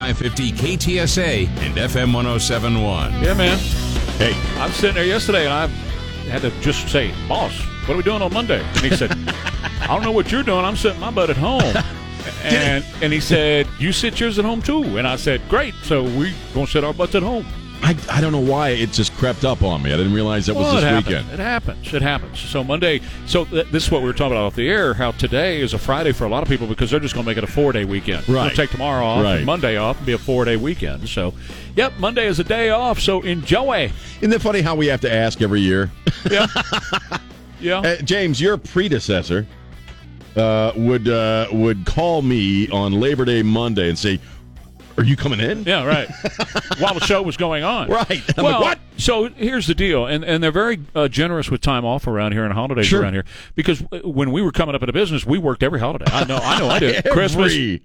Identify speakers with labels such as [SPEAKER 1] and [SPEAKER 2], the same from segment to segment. [SPEAKER 1] 550 KTSA and FM 1071.
[SPEAKER 2] Yeah, man. Hey, I'm sitting there yesterday, and I had to just say, "Boss, what are we doing on Monday?" And he said, "I don't know what you're doing. I'm sitting my butt at home." And and he said, "You sit yours at home too." And I said, "Great. So we gonna sit our butts at home."
[SPEAKER 3] I, I don't know why it just crept up on me. I didn't realize that was
[SPEAKER 2] Well,
[SPEAKER 3] this
[SPEAKER 2] it happens.
[SPEAKER 3] weekend.
[SPEAKER 2] It happens. It happens. So Monday. So th- this is what we were talking about off the air. How today is a Friday for a lot of people because they're just going to make it a four day weekend.
[SPEAKER 3] Right.
[SPEAKER 2] They'll take tomorrow off,
[SPEAKER 3] Right.
[SPEAKER 2] and Monday off, and be a four day weekend. So, yep, Monday is a day off. So enjoy.
[SPEAKER 3] Isn't it funny how we have to ask every year?
[SPEAKER 2] Yeah. yeah.
[SPEAKER 3] Uh, James, your predecessor uh, would uh, would call me on Labor Day Monday and say, "Are you coming in?"
[SPEAKER 2] Yeah, right. While the show was going on,
[SPEAKER 3] Right. I'm
[SPEAKER 2] well,
[SPEAKER 3] like, what?
[SPEAKER 2] So here's the deal, and and they're very uh, generous with time off around here and holidays
[SPEAKER 3] Sure.
[SPEAKER 2] around here because w- when we were coming up in a business, we worked every holiday. I know, I know, I did.
[SPEAKER 3] Every
[SPEAKER 2] Christmas. Chri-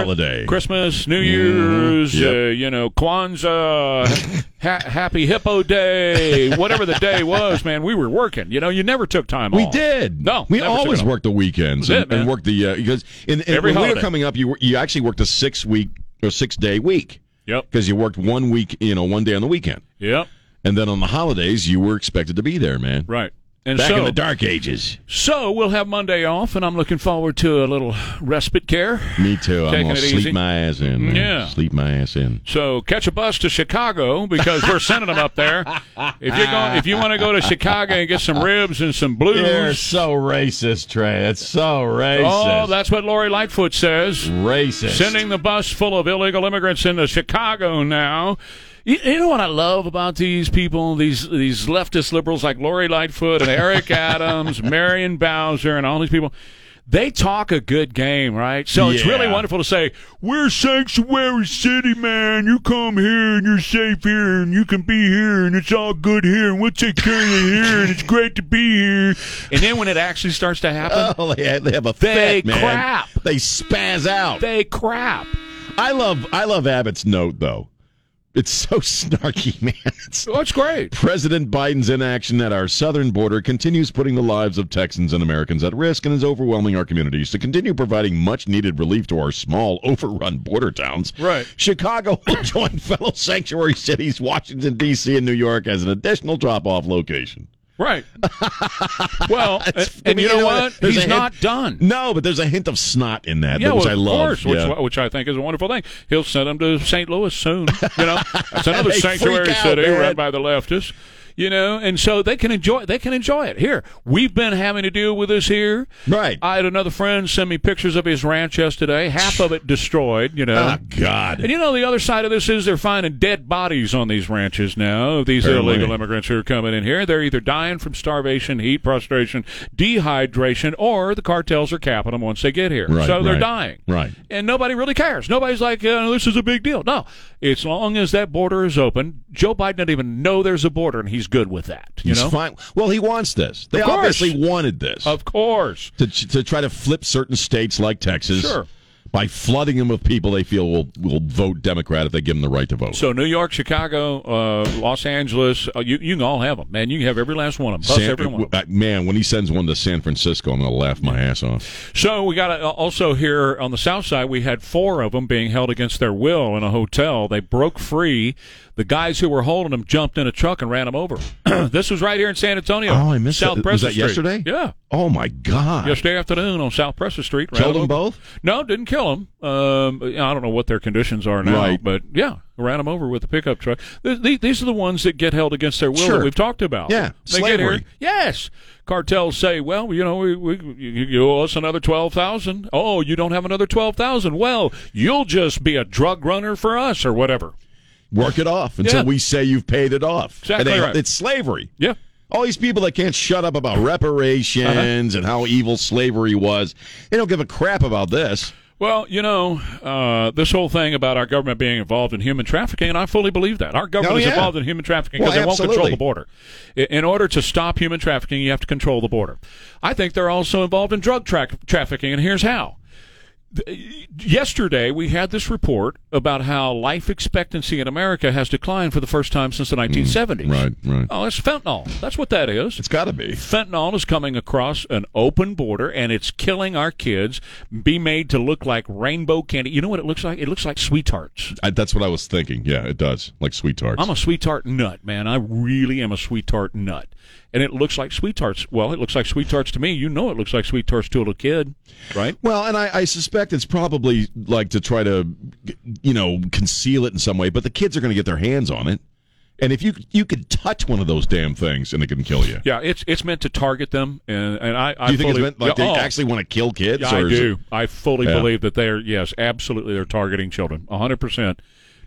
[SPEAKER 3] holiday. Mm-hmm.
[SPEAKER 2] Christmas, New Year's,
[SPEAKER 3] yep.
[SPEAKER 2] uh, you know, Kwanzaa, ha- Happy Hippo Day, whatever the day was, man, we were working. You know, you never took time
[SPEAKER 3] We
[SPEAKER 2] off.
[SPEAKER 3] did.
[SPEAKER 2] No,
[SPEAKER 3] we
[SPEAKER 2] never took
[SPEAKER 3] always
[SPEAKER 2] it off.
[SPEAKER 3] worked the weekends
[SPEAKER 2] That's
[SPEAKER 3] and,
[SPEAKER 2] it, man.
[SPEAKER 3] and worked the uh, because in, in,
[SPEAKER 2] Every
[SPEAKER 3] when we
[SPEAKER 2] holiday.
[SPEAKER 3] were coming up, you were, you actually worked a six week or six day week
[SPEAKER 2] Yep.
[SPEAKER 3] because you worked one week, you know, one day on the weekend,
[SPEAKER 2] Yep.
[SPEAKER 3] and then on the holidays you were expected to be there, man.
[SPEAKER 2] Right. And
[SPEAKER 3] Back
[SPEAKER 2] so,
[SPEAKER 3] in the dark ages.
[SPEAKER 2] so we'll have Monday off, and I'm looking forward to a little respite care.
[SPEAKER 3] Me too. I'm
[SPEAKER 2] Taking
[SPEAKER 3] gonna
[SPEAKER 2] it
[SPEAKER 3] sleep
[SPEAKER 2] easy.
[SPEAKER 3] my ass in. Man.
[SPEAKER 2] Yeah.
[SPEAKER 3] sleep my ass in.
[SPEAKER 2] So catch a bus to Chicago because we're sending them up there. If you go, if you want to go to Chicago and get some ribs and some blues,
[SPEAKER 3] so racist, Trey. That's so racist.
[SPEAKER 2] oh, that's what Lori Lightfoot says.
[SPEAKER 3] racist.
[SPEAKER 2] Sending the bus full of illegal immigrants into Chicago now. You, you know what I love about these people, these these leftist liberals like Lori Lightfoot and Eric Adams, Marion Bowser, and all these people. They talk a good game, right? So it's
[SPEAKER 3] Yeah.
[SPEAKER 2] really wonderful to say, We're sanctuary city, man. You come here and you're safe here and you can be here and it's all good here and we'll take care of you here and it's great to be here. And then when it actually starts to happen,
[SPEAKER 3] Oh, they have, they have a
[SPEAKER 2] They
[SPEAKER 3] fit, man.
[SPEAKER 2] crap.
[SPEAKER 3] They spaz out.
[SPEAKER 2] they crap.
[SPEAKER 3] I love I love Abbott's note though. It's so snarky, man. It's,
[SPEAKER 2] Oh, it's great.
[SPEAKER 3] President Biden's inaction at our southern border continues putting the lives of Texans and Americans at risk and is overwhelming our communities to continue providing much needed relief to our small, overrun border towns.
[SPEAKER 2] Right.
[SPEAKER 3] Chicago will join fellow sanctuary cities, Washington, D.C., and New York as an additional drop off location.
[SPEAKER 2] Right. well, and,
[SPEAKER 3] It's-
[SPEAKER 2] and you know what?
[SPEAKER 3] There's a
[SPEAKER 2] He's
[SPEAKER 3] hint-
[SPEAKER 2] not done.
[SPEAKER 3] No, but there's a hint of snot in that,
[SPEAKER 2] yeah,
[SPEAKER 3] which
[SPEAKER 2] well,
[SPEAKER 3] I
[SPEAKER 2] of
[SPEAKER 3] love.
[SPEAKER 2] course, which,
[SPEAKER 3] Yeah.
[SPEAKER 2] which I think is a wonderful thing. He'll send them to St. Louis soon. You know, that's another
[SPEAKER 3] They
[SPEAKER 2] sanctuary
[SPEAKER 3] freak out,
[SPEAKER 2] city
[SPEAKER 3] man.
[SPEAKER 2] run by the leftists. You know, and so they can enjoy. They can enjoy it here. We've been having to deal with this here.
[SPEAKER 3] Right.
[SPEAKER 2] I had another friend send me pictures of his ranch yesterday. Half of it destroyed. You
[SPEAKER 3] Oh,
[SPEAKER 2] know.
[SPEAKER 3] God.
[SPEAKER 2] And you know, the other side of this is they're finding dead bodies on these ranches now of these
[SPEAKER 3] Apparently.
[SPEAKER 2] illegal immigrants who are coming in here. They're either dying from starvation, heat, prostration, dehydration, or the cartels are capping them once they get here.
[SPEAKER 3] Right,
[SPEAKER 2] so they're
[SPEAKER 3] right,
[SPEAKER 2] dying.
[SPEAKER 3] right.
[SPEAKER 2] And nobody really cares. Nobody's like, uh, this is a big deal. No. As long as that border is open, Joe Biden doesn't even know there's a border, and he's good with that. You
[SPEAKER 3] He's
[SPEAKER 2] know?
[SPEAKER 3] fine. Well, he wants this. They
[SPEAKER 2] Of course.
[SPEAKER 3] obviously wanted this.
[SPEAKER 2] Of course.
[SPEAKER 3] to, to try to flip certain states like Texas
[SPEAKER 2] Sure.
[SPEAKER 3] by flooding them with people they feel will will vote Democrat if they give them the right to vote.
[SPEAKER 2] So New York, Chicago, uh, Los Angeles, uh, you, you can all have them, man. You can have every last one of them. Bust
[SPEAKER 3] San-
[SPEAKER 2] every one.
[SPEAKER 3] uh, man, when he sends one to San Francisco, I'm going to laugh my ass off.
[SPEAKER 2] So we got to also here on the south side. We had four of them being held against their will in a hotel. They broke free. The guys who were holding them jumped in a truck and ran them over. this was right here in San Antonio.
[SPEAKER 3] Oh, I missed
[SPEAKER 2] South
[SPEAKER 3] that. Was
[SPEAKER 2] Preston
[SPEAKER 3] that
[SPEAKER 2] Street.
[SPEAKER 3] yesterday?
[SPEAKER 2] Yeah,
[SPEAKER 3] Oh my God!
[SPEAKER 2] yesterday afternoon on South Preston Street. ran
[SPEAKER 3] Killed them
[SPEAKER 2] over.
[SPEAKER 3] both.
[SPEAKER 2] No, didn't kill them. Um, I don't know what their conditions are now,
[SPEAKER 3] Right.
[SPEAKER 2] but yeah, ran them over with the pickup truck. Th- th- These are the ones that get held against their will
[SPEAKER 3] Sure.
[SPEAKER 2] that we've talked about.
[SPEAKER 3] Yeah,
[SPEAKER 2] they get here.
[SPEAKER 3] slavery.
[SPEAKER 2] Yes, cartels say, well, you know, we, we you you owe us another twelve thousand. Oh, you don't have another twelve thousand. Well, you'll just be a drug runner for us or whatever.
[SPEAKER 3] Work it off until
[SPEAKER 2] Yeah.
[SPEAKER 3] we say you've paid it off.
[SPEAKER 2] Exactly
[SPEAKER 3] And they-
[SPEAKER 2] right.
[SPEAKER 3] It's slavery.
[SPEAKER 2] Yeah,
[SPEAKER 3] All these people that can't shut up about reparations and how evil slavery was, they don't give a crap about this.
[SPEAKER 2] Well, you know, uh, this whole thing about our government being involved in human trafficking, and I fully believe that. Our government
[SPEAKER 3] Oh,
[SPEAKER 2] is
[SPEAKER 3] yeah.
[SPEAKER 2] involved in human trafficking
[SPEAKER 3] Well,
[SPEAKER 2] because they won't control
[SPEAKER 3] absolutely.
[SPEAKER 2] the border. I- In order to stop human trafficking, you have to control the border. I think they're also involved in drug tra- trafficking, and here's how. Th- Yesterday, we had this report about how life expectancy in America has declined for the first time since the 1970s.
[SPEAKER 3] Mm-hmm. right, right.
[SPEAKER 2] Oh, that's fentanyl. That's what that is
[SPEAKER 3] It's got to be.
[SPEAKER 2] fentanyl is coming across an open border and it's killing our kids be made to look like rainbow candy you know what it looks like it looks like sweethearts
[SPEAKER 3] I, that's what I was thinking. Yeah, it does. Like sweet tarts.
[SPEAKER 2] i'm a sweetheart nut man i really am a sweetheart nut and it looks like sweethearts well it looks like sweethearts to me you know it looks like sweethearts to a little kid right
[SPEAKER 3] Well, and I, I suspect it's probably like to try to, you know, conceal it in some way. But the kids are going to get their hands on it, and if you you could touch one of those damn things, and it can kill you.
[SPEAKER 2] yeah it's it's meant to target them and and i, I
[SPEAKER 3] Do you think
[SPEAKER 2] fully,
[SPEAKER 3] it's meant like
[SPEAKER 2] Yeah,
[SPEAKER 3] they
[SPEAKER 2] oh,
[SPEAKER 3] actually want to kill kids?
[SPEAKER 2] yeah, i
[SPEAKER 3] or is it-
[SPEAKER 2] do i fully
[SPEAKER 3] Yeah.
[SPEAKER 2] believe that they're yes absolutely they're targeting children 100%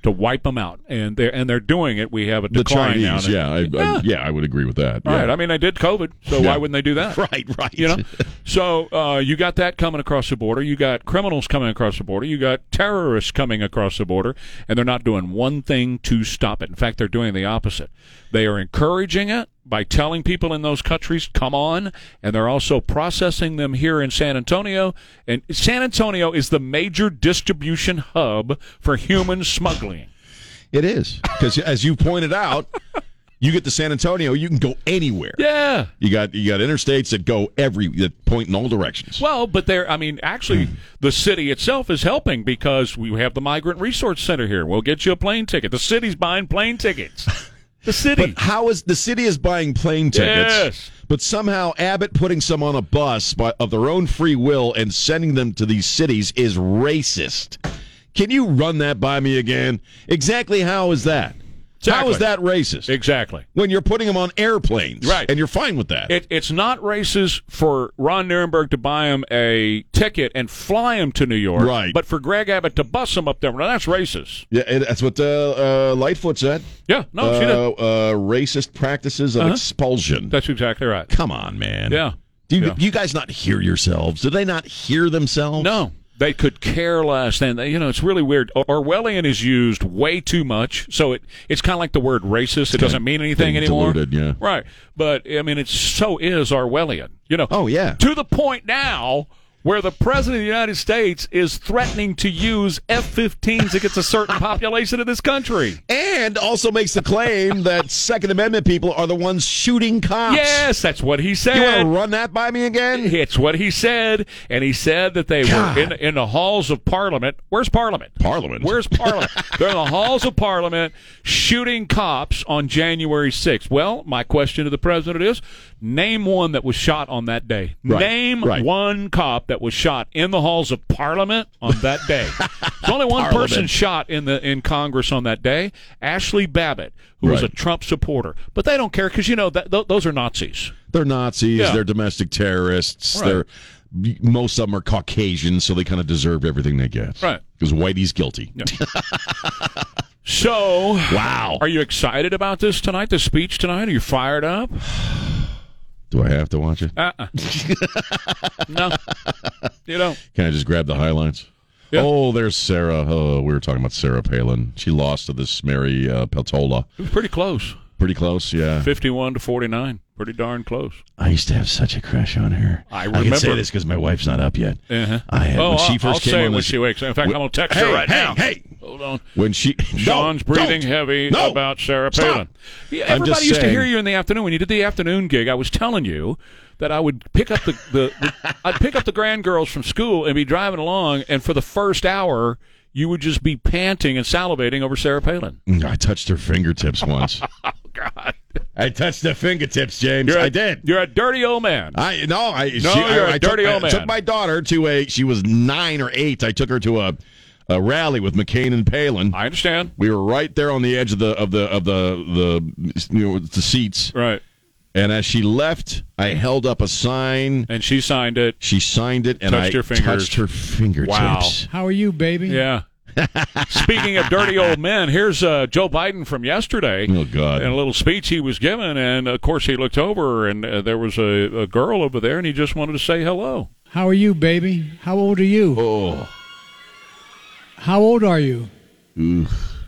[SPEAKER 2] to wipe them out and they're and they're doing it we have a
[SPEAKER 3] The
[SPEAKER 2] decline now
[SPEAKER 3] Chinese,
[SPEAKER 2] in-
[SPEAKER 3] yeah, I, I, yeah, I would agree with that. yeah.
[SPEAKER 2] Right. I mean, they did COVID, so
[SPEAKER 3] Yeah.
[SPEAKER 2] why wouldn't they do that?
[SPEAKER 3] right, right.
[SPEAKER 2] You know, so uh, you got that coming across the border. You got criminals coming across the border. You got terrorists coming across the border, and they're not doing one thing to stop it. In fact, they're doing the opposite. They are encouraging it by telling people in those countries, "Come on," and they're also processing them here in San Antonio. And San Antonio is the major distribution hub for human smuggling.
[SPEAKER 3] it is because as you pointed out, you get to San Antonio, you can go anywhere.
[SPEAKER 2] Yeah.
[SPEAKER 3] You got you got interstates that go every that point in all directions.
[SPEAKER 2] Well, but there, I mean,
[SPEAKER 3] Hmm.
[SPEAKER 2] actually, the city itself is helping because we have the Migrant Resource Center here. We'll get you a plane ticket. The city's buying plane tickets. The city.
[SPEAKER 3] But how is the city is buying plane tickets?
[SPEAKER 2] Yes.
[SPEAKER 3] But somehow Abbott putting some on a bus by, of their own free will and sending them to these cities is racist. Can you run that by me again? Exactly how is that? How
[SPEAKER 2] Exactly.
[SPEAKER 3] is that racist?
[SPEAKER 2] exactly.
[SPEAKER 3] when you're putting them on airplanes,
[SPEAKER 2] Right.
[SPEAKER 3] And you're fine with that.
[SPEAKER 2] It, it's not racist for Ron Nuremberg to buy him a ticket and fly him to New York,
[SPEAKER 3] Right.
[SPEAKER 2] But for Greg Abbott to bus him up there, well, that's racist.
[SPEAKER 3] yeah, and that's what uh, uh, Lightfoot said.
[SPEAKER 2] Yeah, no,
[SPEAKER 3] uh,
[SPEAKER 2] Oh, she did.
[SPEAKER 3] uh, racist practices of expulsion.
[SPEAKER 2] That's exactly right.
[SPEAKER 3] Come on, man.
[SPEAKER 2] Yeah.
[SPEAKER 3] Do you,
[SPEAKER 2] Yeah.
[SPEAKER 3] do you guys not hear yourselves? Do they not hear themselves?
[SPEAKER 2] No, they could care less. Then you know it's really weird. Or- Orwellian is used way too much, so it it's kind of like the word racist. It doesn't mean anything
[SPEAKER 3] getting
[SPEAKER 2] anymore.
[SPEAKER 3] diluted, yeah.
[SPEAKER 2] Right, but I mean it so is Orwellian. You know.
[SPEAKER 3] Oh, yeah.
[SPEAKER 2] To the point now. Where the president of the United States is threatening to use F-15s against a certain population of this country.
[SPEAKER 3] and also makes the claim that Second Amendment people are the ones shooting cops.
[SPEAKER 2] Yes, that's what he said.
[SPEAKER 3] You want to run that by me again?
[SPEAKER 2] It's what he said, and he said that they
[SPEAKER 3] God.
[SPEAKER 2] were in, in the halls of Parliament. Where's Parliament?
[SPEAKER 3] Parliament.
[SPEAKER 2] Where's Parliament? They're in the halls of Parliament shooting cops on January 6th. Well, my question to the president is: Name one that was shot on that day.
[SPEAKER 3] Right,
[SPEAKER 2] Name
[SPEAKER 3] right.
[SPEAKER 2] one cop that was shot in the halls of Parliament on that day. There's only one
[SPEAKER 3] Parliament.
[SPEAKER 2] person shot in the in Congress on that day: Ashley Babbitt, who was a
[SPEAKER 3] Right.
[SPEAKER 2] Trump supporter. But they don't care because you know that, th- those are Nazis.
[SPEAKER 3] They're Nazis.
[SPEAKER 2] Yeah.
[SPEAKER 3] They're domestic terrorists.
[SPEAKER 2] Right.
[SPEAKER 3] They're most of them are Caucasian, so they kind of deserve everything they get.
[SPEAKER 2] Right.
[SPEAKER 3] Because Whitey's guilty.
[SPEAKER 2] So
[SPEAKER 3] Wow.
[SPEAKER 2] Are you excited about this tonight? The speech tonight? Are you fired up?
[SPEAKER 3] Do I have to watch it?
[SPEAKER 2] Uh-uh. no, you don't.
[SPEAKER 3] Can I just grab the highlights?
[SPEAKER 2] Yeah.
[SPEAKER 3] Oh, there's Sarah. Oh, we were talking about Sarah Palin. She lost to this Mary uh, Peltola.
[SPEAKER 2] It was pretty close,
[SPEAKER 3] Pretty close, yeah.
[SPEAKER 2] fifty-one to forty-nine. Pretty darn close.
[SPEAKER 3] I used to have such a crush on her.
[SPEAKER 2] I
[SPEAKER 3] can
[SPEAKER 2] remember.
[SPEAKER 3] say this because my wife's not up yet.
[SPEAKER 2] Uh-huh.
[SPEAKER 3] I had,
[SPEAKER 2] oh,
[SPEAKER 3] when she
[SPEAKER 2] I'll-
[SPEAKER 3] 1st
[SPEAKER 2] I'll
[SPEAKER 3] came
[SPEAKER 2] say
[SPEAKER 3] on
[SPEAKER 2] it when
[SPEAKER 3] this-
[SPEAKER 2] she wakes. up. In fact,
[SPEAKER 3] Wh-
[SPEAKER 2] I'm gonna text
[SPEAKER 3] Hey,
[SPEAKER 2] her right
[SPEAKER 3] hey,
[SPEAKER 2] now.
[SPEAKER 3] hey.
[SPEAKER 2] hold on.
[SPEAKER 3] when she
[SPEAKER 2] Sean's
[SPEAKER 3] No,
[SPEAKER 2] breathing
[SPEAKER 3] don't.
[SPEAKER 2] heavy
[SPEAKER 3] No.
[SPEAKER 2] about Sarah
[SPEAKER 3] Stop.
[SPEAKER 2] Palin. Yeah,
[SPEAKER 3] I'm
[SPEAKER 2] everybody
[SPEAKER 3] just
[SPEAKER 2] used to
[SPEAKER 3] saying-
[SPEAKER 2] hear you in the afternoon when you did the afternoon gig. I was telling you that I would pick up the, the, the I'd pick up the grand girls from school and be driving along, and for the first hour you would just be panting and salivating over Sarah Palin.
[SPEAKER 3] Mm, I touched her fingertips once. oh God! I touched her fingertips, James. I did.
[SPEAKER 2] You're a dirty old man.
[SPEAKER 3] I no. I
[SPEAKER 2] No,
[SPEAKER 3] she, I-
[SPEAKER 2] you're a
[SPEAKER 3] I, took-
[SPEAKER 2] dirty old
[SPEAKER 3] I
[SPEAKER 2] man.
[SPEAKER 3] took my daughter to a. She was nine or eight. I took her to a, a rally with McCain and Palin.
[SPEAKER 2] I understand.
[SPEAKER 3] we were right there on the edge of the of the of the the you know, the seats.
[SPEAKER 2] Right.
[SPEAKER 3] And as she left, I held up a sign.
[SPEAKER 2] And she signed it.
[SPEAKER 3] She signed it, and
[SPEAKER 2] Touched
[SPEAKER 3] I
[SPEAKER 2] her fingers.
[SPEAKER 3] touched her fingertips.
[SPEAKER 2] Wow.
[SPEAKER 4] How are you, baby?
[SPEAKER 2] Yeah. Speaking of dirty old men, here's uh, Joe Biden from yesterday.
[SPEAKER 3] Oh, God.
[SPEAKER 2] And a little speech he was given, and of course he looked over, and uh, there was a, a girl over there, and he just wanted to say hello.
[SPEAKER 4] How are you, baby? How old are you?
[SPEAKER 3] Oh,
[SPEAKER 4] How old are you?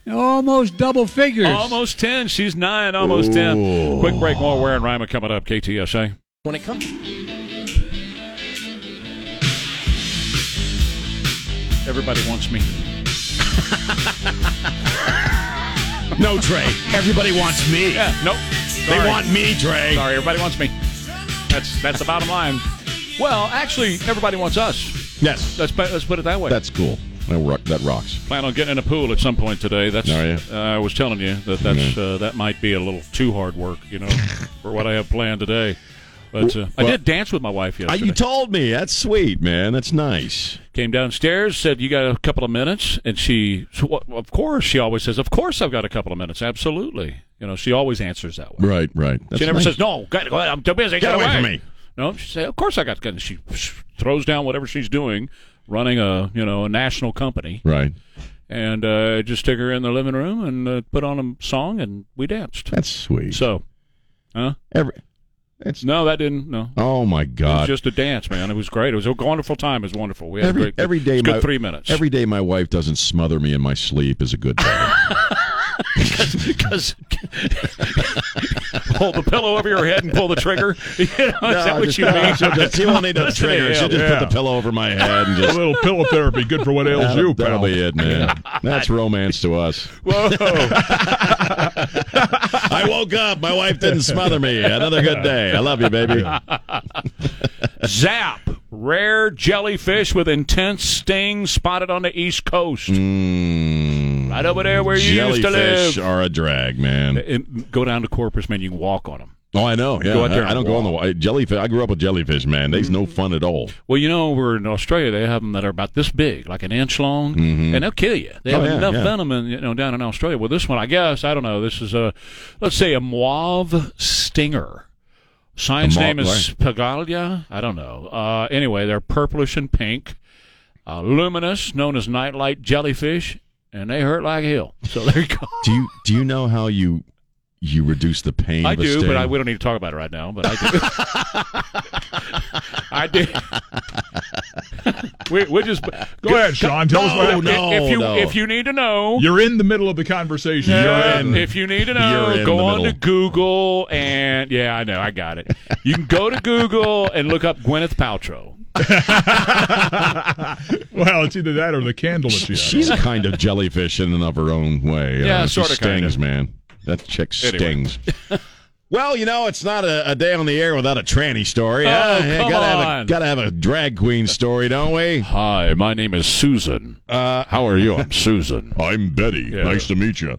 [SPEAKER 4] Almost double figures.
[SPEAKER 2] Almost 10. She's 9, almost 10. Quick break, more Ware and Rima coming up, KTSA.
[SPEAKER 5] When it comes,
[SPEAKER 2] Everybody wants me.
[SPEAKER 5] no Trey. Everybody wants me.
[SPEAKER 2] Yeah, nope. Sorry.
[SPEAKER 5] They want me, Trey.
[SPEAKER 2] Sorry, everybody wants me. That's that's the bottom line. Well, actually, everybody wants us.
[SPEAKER 3] Yes,
[SPEAKER 2] Let's, put- let's put it that way.
[SPEAKER 3] that's cool. That, rock, that rocks.
[SPEAKER 2] plan on getting in a pool at some point today. That's
[SPEAKER 3] Are you?
[SPEAKER 2] uh, I was telling you that that's uh, that might be a little too hard work, you know, for what I have planned today. But uh, I
[SPEAKER 3] Well-
[SPEAKER 2] did dance with my wife
[SPEAKER 3] Uh,
[SPEAKER 2] yesterday.
[SPEAKER 3] you told me. That's sweet, man. That's nice.
[SPEAKER 2] Came downstairs, said, "You got a couple of minutes?" And she, so, well, of course, she always says, "Of course, I've got a couple of minutes." Absolutely, you know, she always answers that way.
[SPEAKER 3] Right, right. That's
[SPEAKER 2] she never
[SPEAKER 3] nice.
[SPEAKER 2] says, "No, go go ahead, I'm too busy.
[SPEAKER 3] Get away from me."
[SPEAKER 2] No, she says, "Of course, I got." And she throws down whatever she's doing, running a you know a national company.
[SPEAKER 3] Right.
[SPEAKER 2] and uh, just took her in the living room and uh, put on a song and we danced.
[SPEAKER 3] That's sweet.
[SPEAKER 2] So, huh?
[SPEAKER 3] Every, it's
[SPEAKER 2] No, that didn't. No,
[SPEAKER 3] oh my
[SPEAKER 2] it was
[SPEAKER 3] god.
[SPEAKER 2] just a dance, man. It was great. It was a wonderful time. It was wonderful. We had
[SPEAKER 3] every
[SPEAKER 2] a great
[SPEAKER 3] every day,
[SPEAKER 2] it was good
[SPEAKER 3] my,
[SPEAKER 2] three minutes.
[SPEAKER 3] Every day, my wife doesn't smother me in my sleep is a good thing.
[SPEAKER 2] because hold the pillow over your head and pull the trigger. You know, is that what you mean?
[SPEAKER 3] She'll just, she won't need a
[SPEAKER 2] Listen to
[SPEAKER 3] trigger.
[SPEAKER 2] him.
[SPEAKER 3] She'll just
[SPEAKER 2] Yeah.
[SPEAKER 3] put the pillow over my head and just.
[SPEAKER 6] little pillow therapy, good for what ails
[SPEAKER 3] That'll,
[SPEAKER 6] you,
[SPEAKER 3] that'll
[SPEAKER 6] pal.
[SPEAKER 3] be it, man. That's romance to us.
[SPEAKER 2] Whoa!
[SPEAKER 3] I woke up. My wife didn't smother me. Another good day. I love you, baby.
[SPEAKER 2] Zap. Rare jellyfish with intense sting spotted on the East Coast.
[SPEAKER 3] Mm,
[SPEAKER 2] Right over there where you used to
[SPEAKER 3] jellyfish
[SPEAKER 2] live.
[SPEAKER 3] are a drag, man.
[SPEAKER 2] And go down to Corpus, man. You can walk on them.
[SPEAKER 3] Oh, I know. Yeah,
[SPEAKER 2] Go out there
[SPEAKER 3] I, I don't
[SPEAKER 2] and
[SPEAKER 3] go on the wa- jellyfish. I grew up with jellyfish, man. They's no fun at all.
[SPEAKER 2] Well, you know, we're in Australia. They have them that are about this big, like an inch long, and they'll kill you. They
[SPEAKER 3] Oh,
[SPEAKER 2] have
[SPEAKER 3] yeah,
[SPEAKER 2] enough
[SPEAKER 3] yeah.
[SPEAKER 2] venom, in, you know, down in Australia. Well, this one, I guess, I don't know. This is a, let's say, a mauve stinger. Science
[SPEAKER 3] A mauve-
[SPEAKER 2] name is Pagalia. I don't know. Uh, anyway, they're purplish and pink, uh, luminous, known as nightlight jellyfish, and they hurt like hell. So there you go.
[SPEAKER 3] Do you do you know how you you reduce the pain?
[SPEAKER 2] I
[SPEAKER 3] of a
[SPEAKER 2] do,
[SPEAKER 3] sting?
[SPEAKER 2] but I, we don't need to talk about it right now. But I do. I do. we, we're just go
[SPEAKER 6] Go ahead, Sean. Tell us what
[SPEAKER 3] No,
[SPEAKER 6] happened.
[SPEAKER 3] Oh, no.
[SPEAKER 2] if, if you
[SPEAKER 3] no.
[SPEAKER 2] if you need to know,
[SPEAKER 6] You're in the middle of the conversation.
[SPEAKER 2] uh,
[SPEAKER 3] you're in.
[SPEAKER 2] if you need to know,
[SPEAKER 3] You're in
[SPEAKER 2] go
[SPEAKER 3] the
[SPEAKER 2] on to
[SPEAKER 3] middle.
[SPEAKER 2] Google and yeah, I know, I got it. You can go to Google and look up Gwyneth Paltrow.
[SPEAKER 6] Well, it's either that or the candle that she
[SPEAKER 3] She's
[SPEAKER 6] had.
[SPEAKER 3] a kind of jellyfish in and of her own way.
[SPEAKER 2] Yeah,
[SPEAKER 3] Uh,
[SPEAKER 2] sorta,
[SPEAKER 3] She stings,
[SPEAKER 2] kinda.
[SPEAKER 3] man. That chick
[SPEAKER 2] Anyway.
[SPEAKER 3] stings. well, you know, it's not a, a day on the air without a tranny story.
[SPEAKER 2] Oh,
[SPEAKER 3] huh? Yeah,
[SPEAKER 2] come
[SPEAKER 3] gotta Have a,
[SPEAKER 2] on.
[SPEAKER 3] gotta have a drag queen story, don't we?
[SPEAKER 2] Hi, my name is Susan.
[SPEAKER 3] Uh, how are you?
[SPEAKER 2] Susan.
[SPEAKER 3] I'm Betty. Nice to meet you.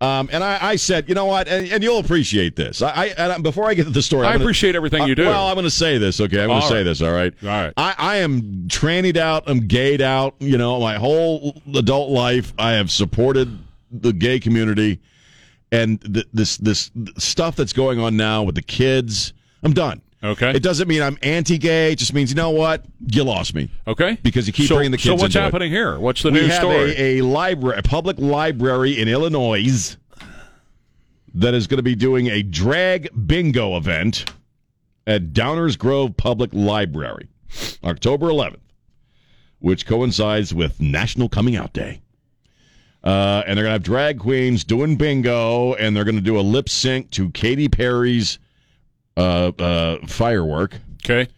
[SPEAKER 3] Um, and I, I said, you know what? And, and you'll appreciate this. I, I, and I- before I get to the story,
[SPEAKER 2] I
[SPEAKER 3] I'm gonna-
[SPEAKER 2] appreciate everything you
[SPEAKER 3] Uh,
[SPEAKER 2] do.
[SPEAKER 3] Well, I'm going to say this, okay? I'm going to
[SPEAKER 2] All
[SPEAKER 3] say
[SPEAKER 2] right.
[SPEAKER 3] this, all right?
[SPEAKER 2] All right.
[SPEAKER 3] I, I am trannied out. I'm gayed out. You know, my whole adult life, I have supported the gay community and th- this this stuff that's going on now with the kids. I'm done.
[SPEAKER 2] Okay.
[SPEAKER 3] It doesn't mean I'm anti-gay. It just means you know what? You lost me.
[SPEAKER 2] okay,
[SPEAKER 3] Because you keep
[SPEAKER 2] so,
[SPEAKER 3] bringing the
[SPEAKER 2] So
[SPEAKER 3] kids
[SPEAKER 2] what's
[SPEAKER 3] into it.
[SPEAKER 2] happening here? What's the
[SPEAKER 3] we
[SPEAKER 2] news
[SPEAKER 3] have
[SPEAKER 2] story?
[SPEAKER 3] a, a library, a public library in Illinois, that is going to be doing a drag bingo event at Downers Grove Public Library, October 11th, which coincides with National Coming Out Day. Uh, and they're going to have drag queens doing bingo, and they're going to do a lip sync to Katy Perry's uh, uh, firework
[SPEAKER 2] okay,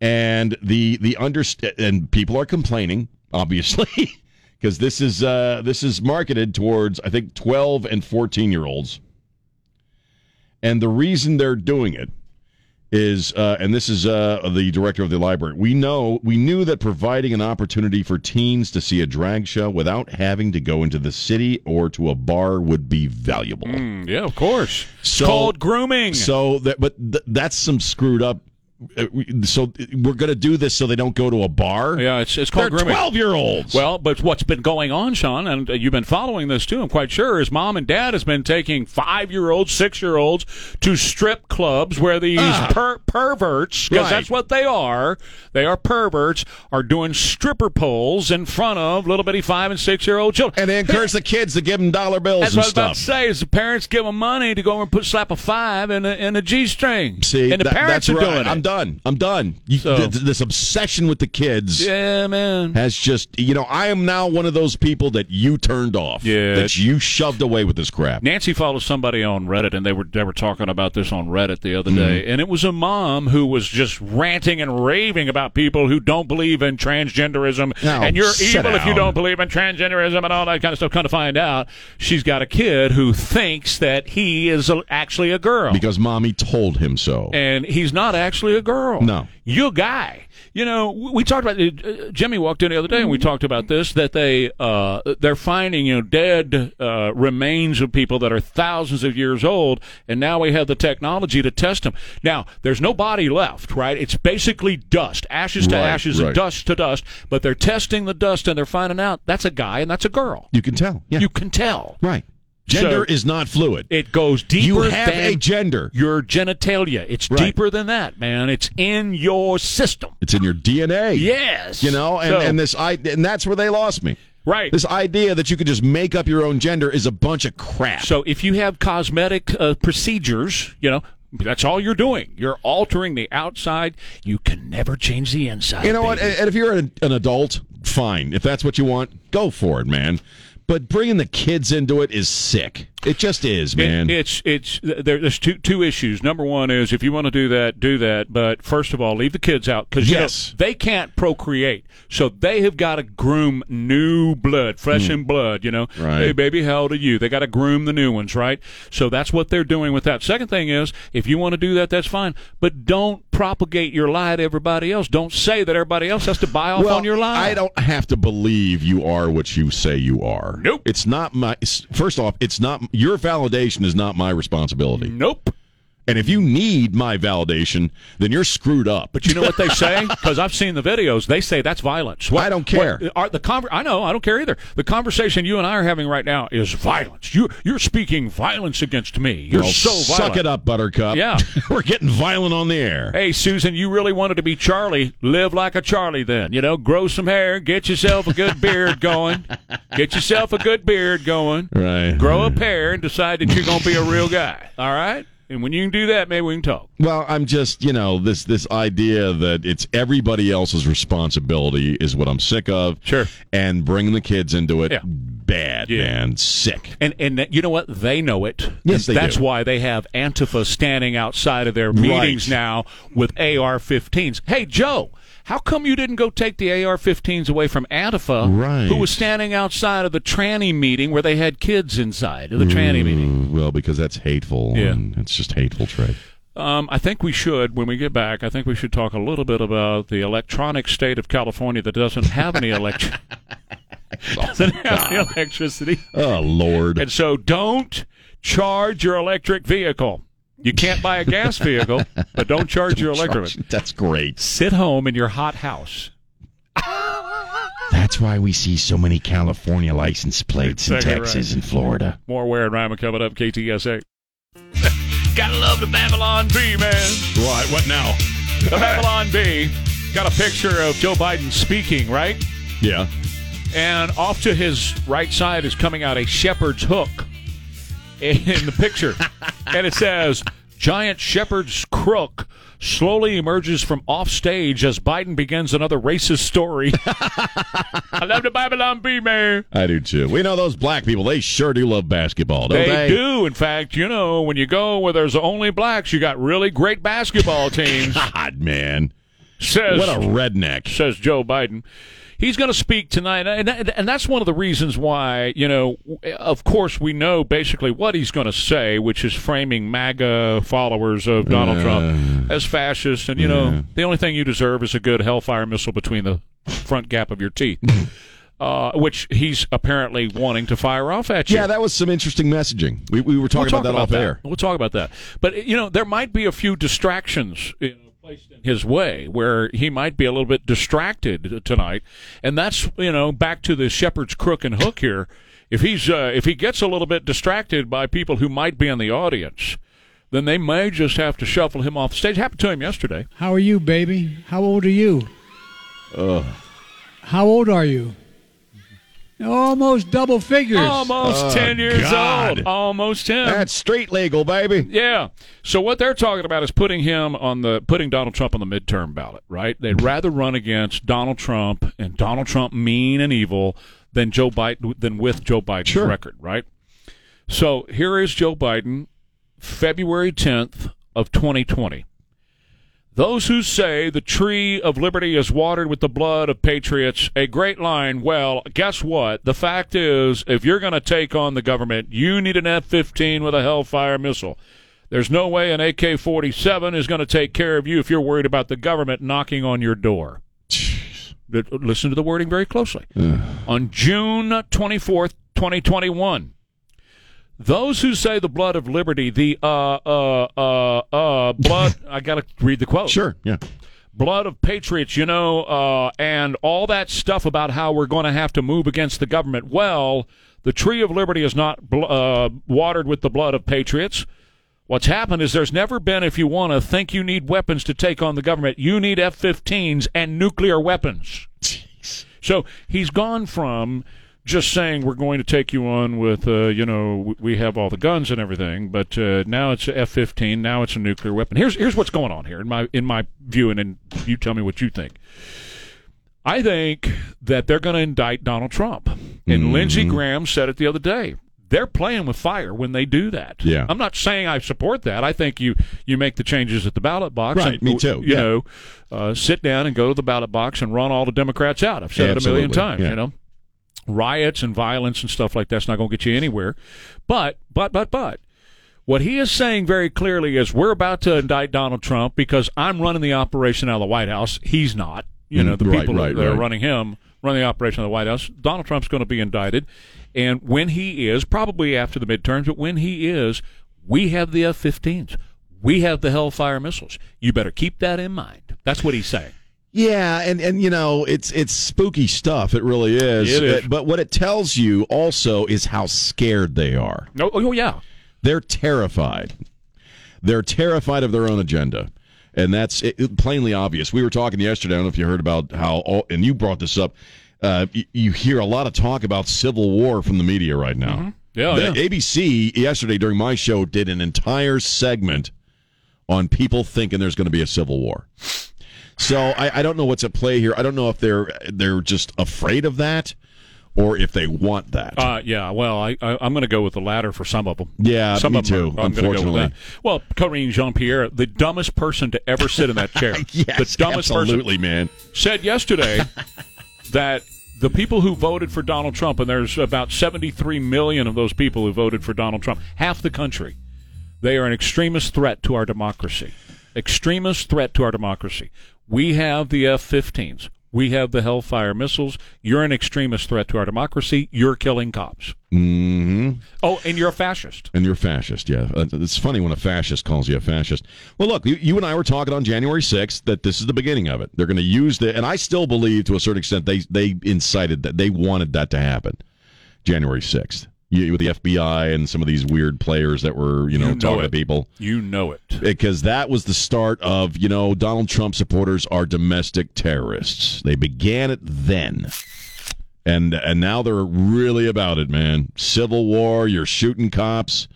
[SPEAKER 3] and the the underst- and people are complaining obviously because this is uh this is marketed towards i think 12 and 14 year olds and the reason they're doing it is uh, and this is uh, the director of the library we know we knew that providing an opportunity for teens to see a drag show without having to go into the city or to a bar would be valuable
[SPEAKER 2] Mm, yeah, of course.
[SPEAKER 3] So-
[SPEAKER 2] it's called grooming.
[SPEAKER 3] so that, but th- that's some screwed up. uh, we- So we're going to do this so they don't go to a bar.
[SPEAKER 2] yeah, it's it's
[SPEAKER 3] they're
[SPEAKER 2] called grooming.
[SPEAKER 3] twelve year olds.
[SPEAKER 2] Well, but what's been going on, Sean, and uh, you've been following this too, I'm quite sure, is mom and dad has been taking five year olds, six year olds to strip clubs where these per- perverts, because
[SPEAKER 3] Ah. Right.
[SPEAKER 2] that's what they are, they are perverts, are doing stripper poles in front of little bitty five and six year old children.
[SPEAKER 3] and they encourage the kids to give them dollar bills
[SPEAKER 2] that's
[SPEAKER 3] and
[SPEAKER 2] what I was about
[SPEAKER 3] stuff.
[SPEAKER 2] to say. Is the parents give them money to go over and put slap a five in a, in a g string?
[SPEAKER 3] See,
[SPEAKER 2] and the
[SPEAKER 3] that- that's
[SPEAKER 2] parents are
[SPEAKER 3] right.
[SPEAKER 2] doing it.
[SPEAKER 3] I'm done. I'm done. You,
[SPEAKER 2] So-
[SPEAKER 3] th- th- this obsession with the kids
[SPEAKER 2] Yeah, man.
[SPEAKER 3] has just, you know, I am now one of those people that you turned off.
[SPEAKER 2] Yeah.
[SPEAKER 3] That you shoved away with this crap.
[SPEAKER 2] Nancy follows somebody on Reddit, and they were they were talking about this on Reddit the other day,
[SPEAKER 3] Mm-hmm.
[SPEAKER 2] and it was a mom who was just ranting and raving about people who don't believe in transgenderism,
[SPEAKER 3] Now,
[SPEAKER 2] and you're
[SPEAKER 3] sit
[SPEAKER 2] evil if you
[SPEAKER 3] down.
[SPEAKER 2] don't believe in transgenderism and all that kind of stuff. Come to find out, she's got a kid who thinks that he is a, actually a girl.
[SPEAKER 3] Because mommy told him so.
[SPEAKER 2] and he's not actually a girl.
[SPEAKER 3] No.
[SPEAKER 2] you guy. You know, we we talked about uh, Jimmy walked in the other day, and we talked about this that they uh, they're finding you know dead uh, remains of people that are thousands of years old, and now we have the technology to test them. Now there's no body left, right? It's basically dust, ashes to
[SPEAKER 3] Right,
[SPEAKER 2] ashes,
[SPEAKER 3] right.
[SPEAKER 2] and dust to dust. But they're testing the dust, and they're finding out that's a guy and that's a girl.
[SPEAKER 3] you can tell. Yeah.
[SPEAKER 2] You can tell.
[SPEAKER 3] right. Gender
[SPEAKER 2] So-
[SPEAKER 3] is not fluid.
[SPEAKER 2] It goes deeper.
[SPEAKER 3] you have
[SPEAKER 2] than
[SPEAKER 3] a gender.
[SPEAKER 2] your genitalia. It's
[SPEAKER 3] Right.
[SPEAKER 2] deeper than that, man. It's in your system.
[SPEAKER 3] It's in your DNA.
[SPEAKER 2] Yes.
[SPEAKER 3] You know, and,
[SPEAKER 2] So-
[SPEAKER 3] and this I and that's where they lost me.
[SPEAKER 2] Right.
[SPEAKER 3] This idea that you could just make up your own gender is a bunch of crap.
[SPEAKER 2] So if you have cosmetic uh, procedures, you know, that's all you're doing. You're altering the outside. You can never change the inside.
[SPEAKER 3] you know what?
[SPEAKER 2] baby.
[SPEAKER 3] And and if you're an, an adult, fine. If that's what you want, go for it, man. But bringing the kids into it is sick. It just is,
[SPEAKER 2] It-
[SPEAKER 3] man.
[SPEAKER 2] it's it's there, there's two two issues. Number one is if you want to do that, do that. But first of all, leave the kids out because
[SPEAKER 3] Yes.
[SPEAKER 2] they can't procreate, so they have got to groom new blood, fresh in blood. You know,
[SPEAKER 3] Hmm. Right.
[SPEAKER 2] hey baby, how old are you? They got to groom the new ones, right? So that's what they're doing with that. Second thing is if you want to do that, that's fine, but don't propagate your lie to everybody else. Don't say that everybody else has to buy off
[SPEAKER 3] well,
[SPEAKER 2] on your lie.
[SPEAKER 3] I don't have to believe you are what you say you are.
[SPEAKER 2] Nope.
[SPEAKER 3] It's not my. it's- First off, it's not your validation is not my responsibility.
[SPEAKER 2] Nope.
[SPEAKER 3] And if you need my validation, then you're screwed up.
[SPEAKER 2] But you know what they say? Because I've seen the videos. They say that's violence.
[SPEAKER 3] I don't care.
[SPEAKER 2] what- are the conver- I know. I don't care either. The conversation you and I are having right now is violence. You you're speaking violence against me. You're
[SPEAKER 3] Well,
[SPEAKER 2] so violent.
[SPEAKER 3] Suck it up, Buttercup.
[SPEAKER 2] Yeah.
[SPEAKER 3] We're getting violent on the air.
[SPEAKER 2] Hey Susan, you really wanted to be Charlie. Live like a Charlie, then. You know, grow some hair, get yourself a good beard going, get yourself a good beard going,
[SPEAKER 3] Right.
[SPEAKER 2] grow a pair, and decide that you're gonna be a real guy. All right. And when you can do that, maybe we can talk.
[SPEAKER 3] Well, I'm just, you know, this this idea that it's everybody else's responsibility is what I'm sick of.
[SPEAKER 2] Sure.
[SPEAKER 3] And bringing the kids into it
[SPEAKER 2] Yeah.
[SPEAKER 3] bad,
[SPEAKER 2] Yeah.
[SPEAKER 3] man. Sick.
[SPEAKER 2] And and that- you know what? They know it.
[SPEAKER 3] Yes, they
[SPEAKER 2] That's
[SPEAKER 3] do.
[SPEAKER 2] why they have Antifa standing outside of their meetings
[SPEAKER 3] Right.
[SPEAKER 2] now with AR-15s. Hey, Joe, how come you didn't go take the AR-15s away from Antifa,
[SPEAKER 3] Right.
[SPEAKER 2] who was standing outside of the tranny meeting where they had kids inside of the
[SPEAKER 3] Mm.
[SPEAKER 2] tranny meeting?
[SPEAKER 3] Ooh, Well, because that's hateful.
[SPEAKER 2] Yeah.
[SPEAKER 3] And it's just hateful, Trey.
[SPEAKER 2] Um, I think we should, when we get back, I think we should talk a little bit about the electronic state of California that doesn't have any elect- doesn't have any electricity.
[SPEAKER 3] Oh, Lord.
[SPEAKER 2] And so don't charge your electric vehicle. You can't buy a gas vehicle, but don't charge your electric.
[SPEAKER 3] Charge- That's great.
[SPEAKER 2] Sit home in your hot house.
[SPEAKER 5] That's why we see so many California license plates in
[SPEAKER 2] Exactly
[SPEAKER 5] Texas and Florida.
[SPEAKER 2] More Ware and Ryman coming up, KTSA. Gotta love the Babylon Bee, man.
[SPEAKER 3] What? What now?
[SPEAKER 2] The Babylon Bee got a picture of Joe Biden speaking, right?
[SPEAKER 3] Yeah.
[SPEAKER 2] And off to his right side is coming out a shepherd's hook in the picture. and it says, Giant shepherd's crook slowly emerges from off stage as Biden begins another racist story. I love the Babylon Bee, man.
[SPEAKER 3] I do too. We know those black people. They sure do love basketball, don't
[SPEAKER 2] They
[SPEAKER 3] they?
[SPEAKER 2] do. In fact, you know, when you go where there's only blacks, you got really great basketball teams.
[SPEAKER 3] God, man.
[SPEAKER 2] says
[SPEAKER 3] What a redneck.
[SPEAKER 2] says Joe Biden. He's going to speak tonight, and, and that's one of the reasons why, you know, of course, we know basically what he's going to say, which is framing MAGA followers of Donald Trump as fascists. And, you know, the only thing you deserve is a good Hellfire missile between the front gap of your teeth, uh, which he's apparently wanting to fire off at you.
[SPEAKER 3] Yeah, that was some interesting messaging. We, we were talking about that off air.
[SPEAKER 2] We'll talk about that. But you know, there might be a few distractions you know, placed in his way where he might be a little bit distracted tonight, and that's you know back to the shepherd's crook and hook here. If he's uh, if he gets a little bit distracted by people who might be in the audience, then they may just have to shuffle him off the stage. Happened to him yesterday.
[SPEAKER 4] How are you, baby? How old are you? How old are you? Almost double figures.
[SPEAKER 2] Almost 10 years
[SPEAKER 3] God.
[SPEAKER 2] old. Almost 10.
[SPEAKER 3] That's street legal, baby.
[SPEAKER 2] Yeah. So what they're talking about is putting him on the putting Donald Trump on the midterm ballot, right? They'd rather run against Donald Trump and Donald Trump mean and evil than Joe Biden than with Joe Biden's record, right? So here is Joe Biden, February 10th of 2020. Those who say the tree of liberty is watered with the blood of patriots, a great line. Well, guess what? The fact is, if you're going to take on the government, you need an F 15 with a Hellfire missile. There's no way an AK 47 is going to take care of you if you're worried about the government knocking on your door. L- Listen to the wording very closely. on June 24th, 2021. Those who say the blood of liberty, the uh uh uh uh blood, I gotta read the quote.
[SPEAKER 3] Sure. Yeah.
[SPEAKER 2] Blood of patriots, you know, uh, and all that stuff about how we're going to have to move against the government. Well, the tree of liberty is not bl- uh, watered with the blood of patriots. What's happened is there's never been, if you want to think you need weapons to take on the government, you need F 15s and nuclear weapons. So he's gone from just saying we're going to take you on with, uh, you know, w- we have all the guns and everything, but uh, now it's F fifteen, now it's a nuclear weapon. Here's here's what's going on here in my in my view, and then you tell me what you think. I think that they're going to indict Donald Trump, and
[SPEAKER 3] Mm-hmm.
[SPEAKER 2] Lindsey Graham said it the other day. They're playing with fire when they do that.
[SPEAKER 3] Yeah.
[SPEAKER 2] I'm not saying I support that. I think you you make the changes at the ballot box.
[SPEAKER 3] Right,
[SPEAKER 2] and,
[SPEAKER 3] me too,
[SPEAKER 2] You
[SPEAKER 3] yeah.
[SPEAKER 2] know, uh, sit down and go to the ballot box and run all the Democrats out. I've said it a million
[SPEAKER 3] Absolutely,
[SPEAKER 2] times.
[SPEAKER 3] yeah.
[SPEAKER 2] You know, riots and violence and stuff like that's not going to get you anywhere. But but but but what he is saying very clearly is we're about to indict Donald Trump because I'm running the operation out of the White House. He's not. You know, the
[SPEAKER 3] Mm, right,
[SPEAKER 2] people
[SPEAKER 3] right,
[SPEAKER 2] that are
[SPEAKER 3] right.
[SPEAKER 2] running him run the operation of the White House. Donald Trump's going to be indicted. And when he is, probably after the midterms, but when he is, we have the F 15s. We have the Hellfire missiles. You better keep that in mind. That's what he's saying.
[SPEAKER 3] Yeah, and and you know it's it's spooky stuff. It really is.
[SPEAKER 2] It is.
[SPEAKER 3] But, but what it tells you also is how scared they are.
[SPEAKER 2] No, oh, yeah.
[SPEAKER 3] They're terrified. They're terrified of their own agenda. And that's it, it- plainly obvious. We were talking yesterday. I don't know if you heard about how, all, and you brought this up. Uh, you, you hear a lot of talk about civil war from the media right now.
[SPEAKER 2] Yeah,
[SPEAKER 3] The
[SPEAKER 2] Oh, yeah.
[SPEAKER 3] ABC yesterday during my show did an entire segment on people thinking there's going to be a civil war. So I, I don't know what's at play here. I don't know if they're they're just afraid of that, or if they want that.
[SPEAKER 2] Uh, yeah, well, I, I, I'm going to go with the latter for some of them.
[SPEAKER 3] Yeah,
[SPEAKER 2] some
[SPEAKER 3] me
[SPEAKER 2] of 'em
[SPEAKER 3] too,
[SPEAKER 2] I'm gonna go with that.
[SPEAKER 3] unfortunately.
[SPEAKER 2] Well, Corinne Jean Pierre, the dumbest person to ever sit in that chair.
[SPEAKER 3] yes,
[SPEAKER 2] the dumbest person
[SPEAKER 3] absolutely, man.
[SPEAKER 2] said yesterday that the people who voted for Donald Trump, and there's about 73 million of those people who voted for Donald Trump, half the country, they are an extremist threat to our democracy. Extremist threat to our democracy. We have the F 15s. We have the Hellfire missiles. You're an extremist threat to our democracy. You're killing cops.
[SPEAKER 3] hmm
[SPEAKER 2] Oh, and you're a fascist.
[SPEAKER 3] And you're fascist, yeah. Uh, It's funny when a fascist calls you a fascist. Well, look, you, you and I were talking on January 6th that this is the beginning of it. They're going to use the, and I still believe to a certain extent they they incited that, they wanted that to happen, January 6th, you, with the FBI and some of these weird players that were, you know,
[SPEAKER 2] You know
[SPEAKER 3] talking to
[SPEAKER 2] it.
[SPEAKER 3] people.
[SPEAKER 2] You know it.
[SPEAKER 3] Because that was the start of, you know, Donald Trump supporters are domestic terrorists. They began it then. And and now they're really about it, man. Civil war, you're shooting cops.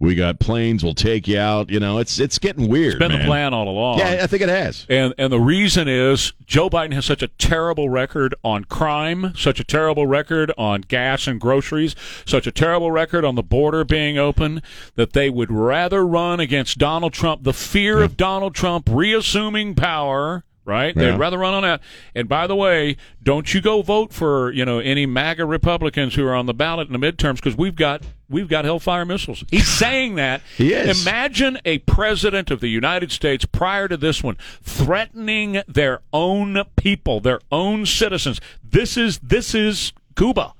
[SPEAKER 3] We got planes, we'll take you out. You know, it's it's getting weird.
[SPEAKER 2] Been the
[SPEAKER 3] man.
[SPEAKER 2] plan all along.
[SPEAKER 3] Yeah, I think it has.
[SPEAKER 2] And and the reason is Joe Biden has such a terrible record on crime, such a terrible record on gas and groceries, such a terrible record on the border being open that they would rather run against Donald Trump. The fear of Donald Trump reassuming power. Right,
[SPEAKER 3] Yeah.
[SPEAKER 2] they'd rather run on that. And by the way, don't you go vote for you know any MAGA Republicans who are on the ballot in the midterms because we've got we've got Hellfire missiles. He's saying that.
[SPEAKER 3] He is.
[SPEAKER 2] Ima- Imagine a president of the United States prior to this one threatening their own people, their own citizens. This is this is Cuba.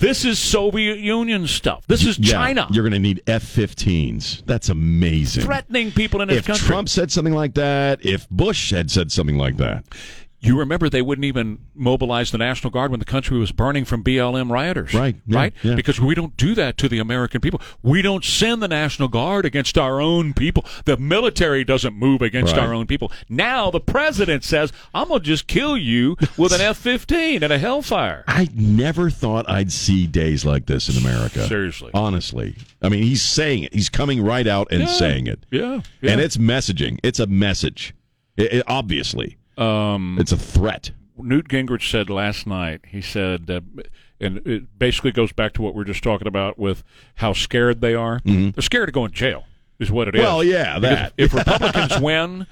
[SPEAKER 2] This is Soviet Union stuff. This is
[SPEAKER 3] Yeah,
[SPEAKER 2] China
[SPEAKER 3] You're going to need F 15s. That's amazing.
[SPEAKER 2] threatening people in this
[SPEAKER 3] If
[SPEAKER 2] country.
[SPEAKER 3] Trump said something like that, if Bush had said something like that,
[SPEAKER 2] You remember they wouldn't even mobilize the National Guard when the country was burning from BLM rioters.
[SPEAKER 3] Right, yeah,
[SPEAKER 2] right?
[SPEAKER 3] yeah.
[SPEAKER 2] Because we don't do that to the American people. We don't send the National Guard against our own people. The military doesn't move against
[SPEAKER 3] Right.
[SPEAKER 2] our own people. Now the president says, I'm going to just kill you with an F 15 and a Hellfire.
[SPEAKER 3] I never thought I'd see days like this in America.
[SPEAKER 2] Seriously.
[SPEAKER 3] Uh, Honestly. I mean, he's saying it. He's coming right out and
[SPEAKER 2] Yeah,
[SPEAKER 3] saying it.
[SPEAKER 2] yeah, yeah.
[SPEAKER 3] And it's messaging. It's a message. It, it- obviously. Um, it's a threat.
[SPEAKER 2] Newt Gingrich said last night, he said, uh, and it basically goes back to what we are just talking about with how scared they are. They're scared of going to jail, is what it is.
[SPEAKER 3] Mm-hmm. Well, yeah,
[SPEAKER 2] Because
[SPEAKER 3] that.
[SPEAKER 2] If Republicans win,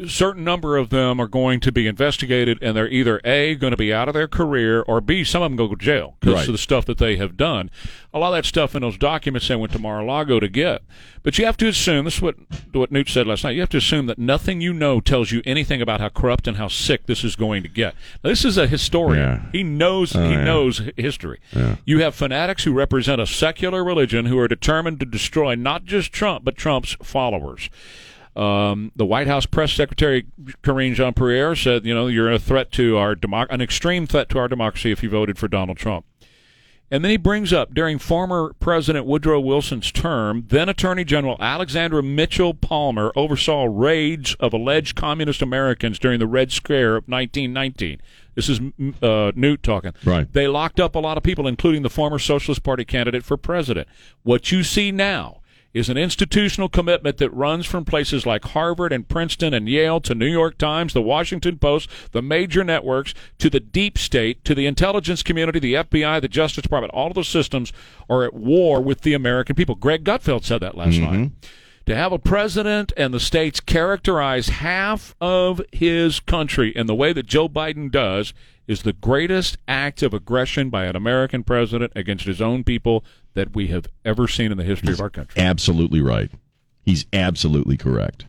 [SPEAKER 2] a certain number of them are going to be investigated, and they're either A, going to be out of their career, or B, some of them go to jail because
[SPEAKER 3] Right.
[SPEAKER 2] of the stuff that they have done. A lot of that stuff in those documents they went to Mar a Lago to get. But you have to assume this is what, what Newt said last night you have to assume that nothing you know tells you anything about how corrupt and how sick this is going to get. Now, this is a historian.
[SPEAKER 3] Yeah.
[SPEAKER 2] He knows he knows hi- history. You have fanatics who represent a secular religion who are determined to destroy not just Trump, but Trump's followers. Um, the White House press secretary Karine Jean-Pierre said, "You know, you're a threat to our democ- an extreme threat to our democracy if you voted for Donald Trump." And then he brings up during former President Woodrow Wilson's term, then Attorney General Alexander Mitchell Palmer oversaw raids of alleged communist Americans during the Red Scare of 1919. This is mm, uh, Newt talking.
[SPEAKER 3] Right.
[SPEAKER 2] They locked up a lot of people, including the former Socialist Party candidate for president. What you see now is an institutional commitment that runs from places like Harvard and Princeton and Yale to New York Times, the Washington Post, the major networks, to the deep state, to the intelligence community, the FBI, the Justice Department. All of those systems are at war with the American people. Greg Gutfeld said that last night. To have a president and the states characterize half of his country in the way that Joe Biden does is the greatest act of aggression by an American president against his own people that we have ever seen in the history of our country.
[SPEAKER 3] Absolutely right. He's absolutely correct.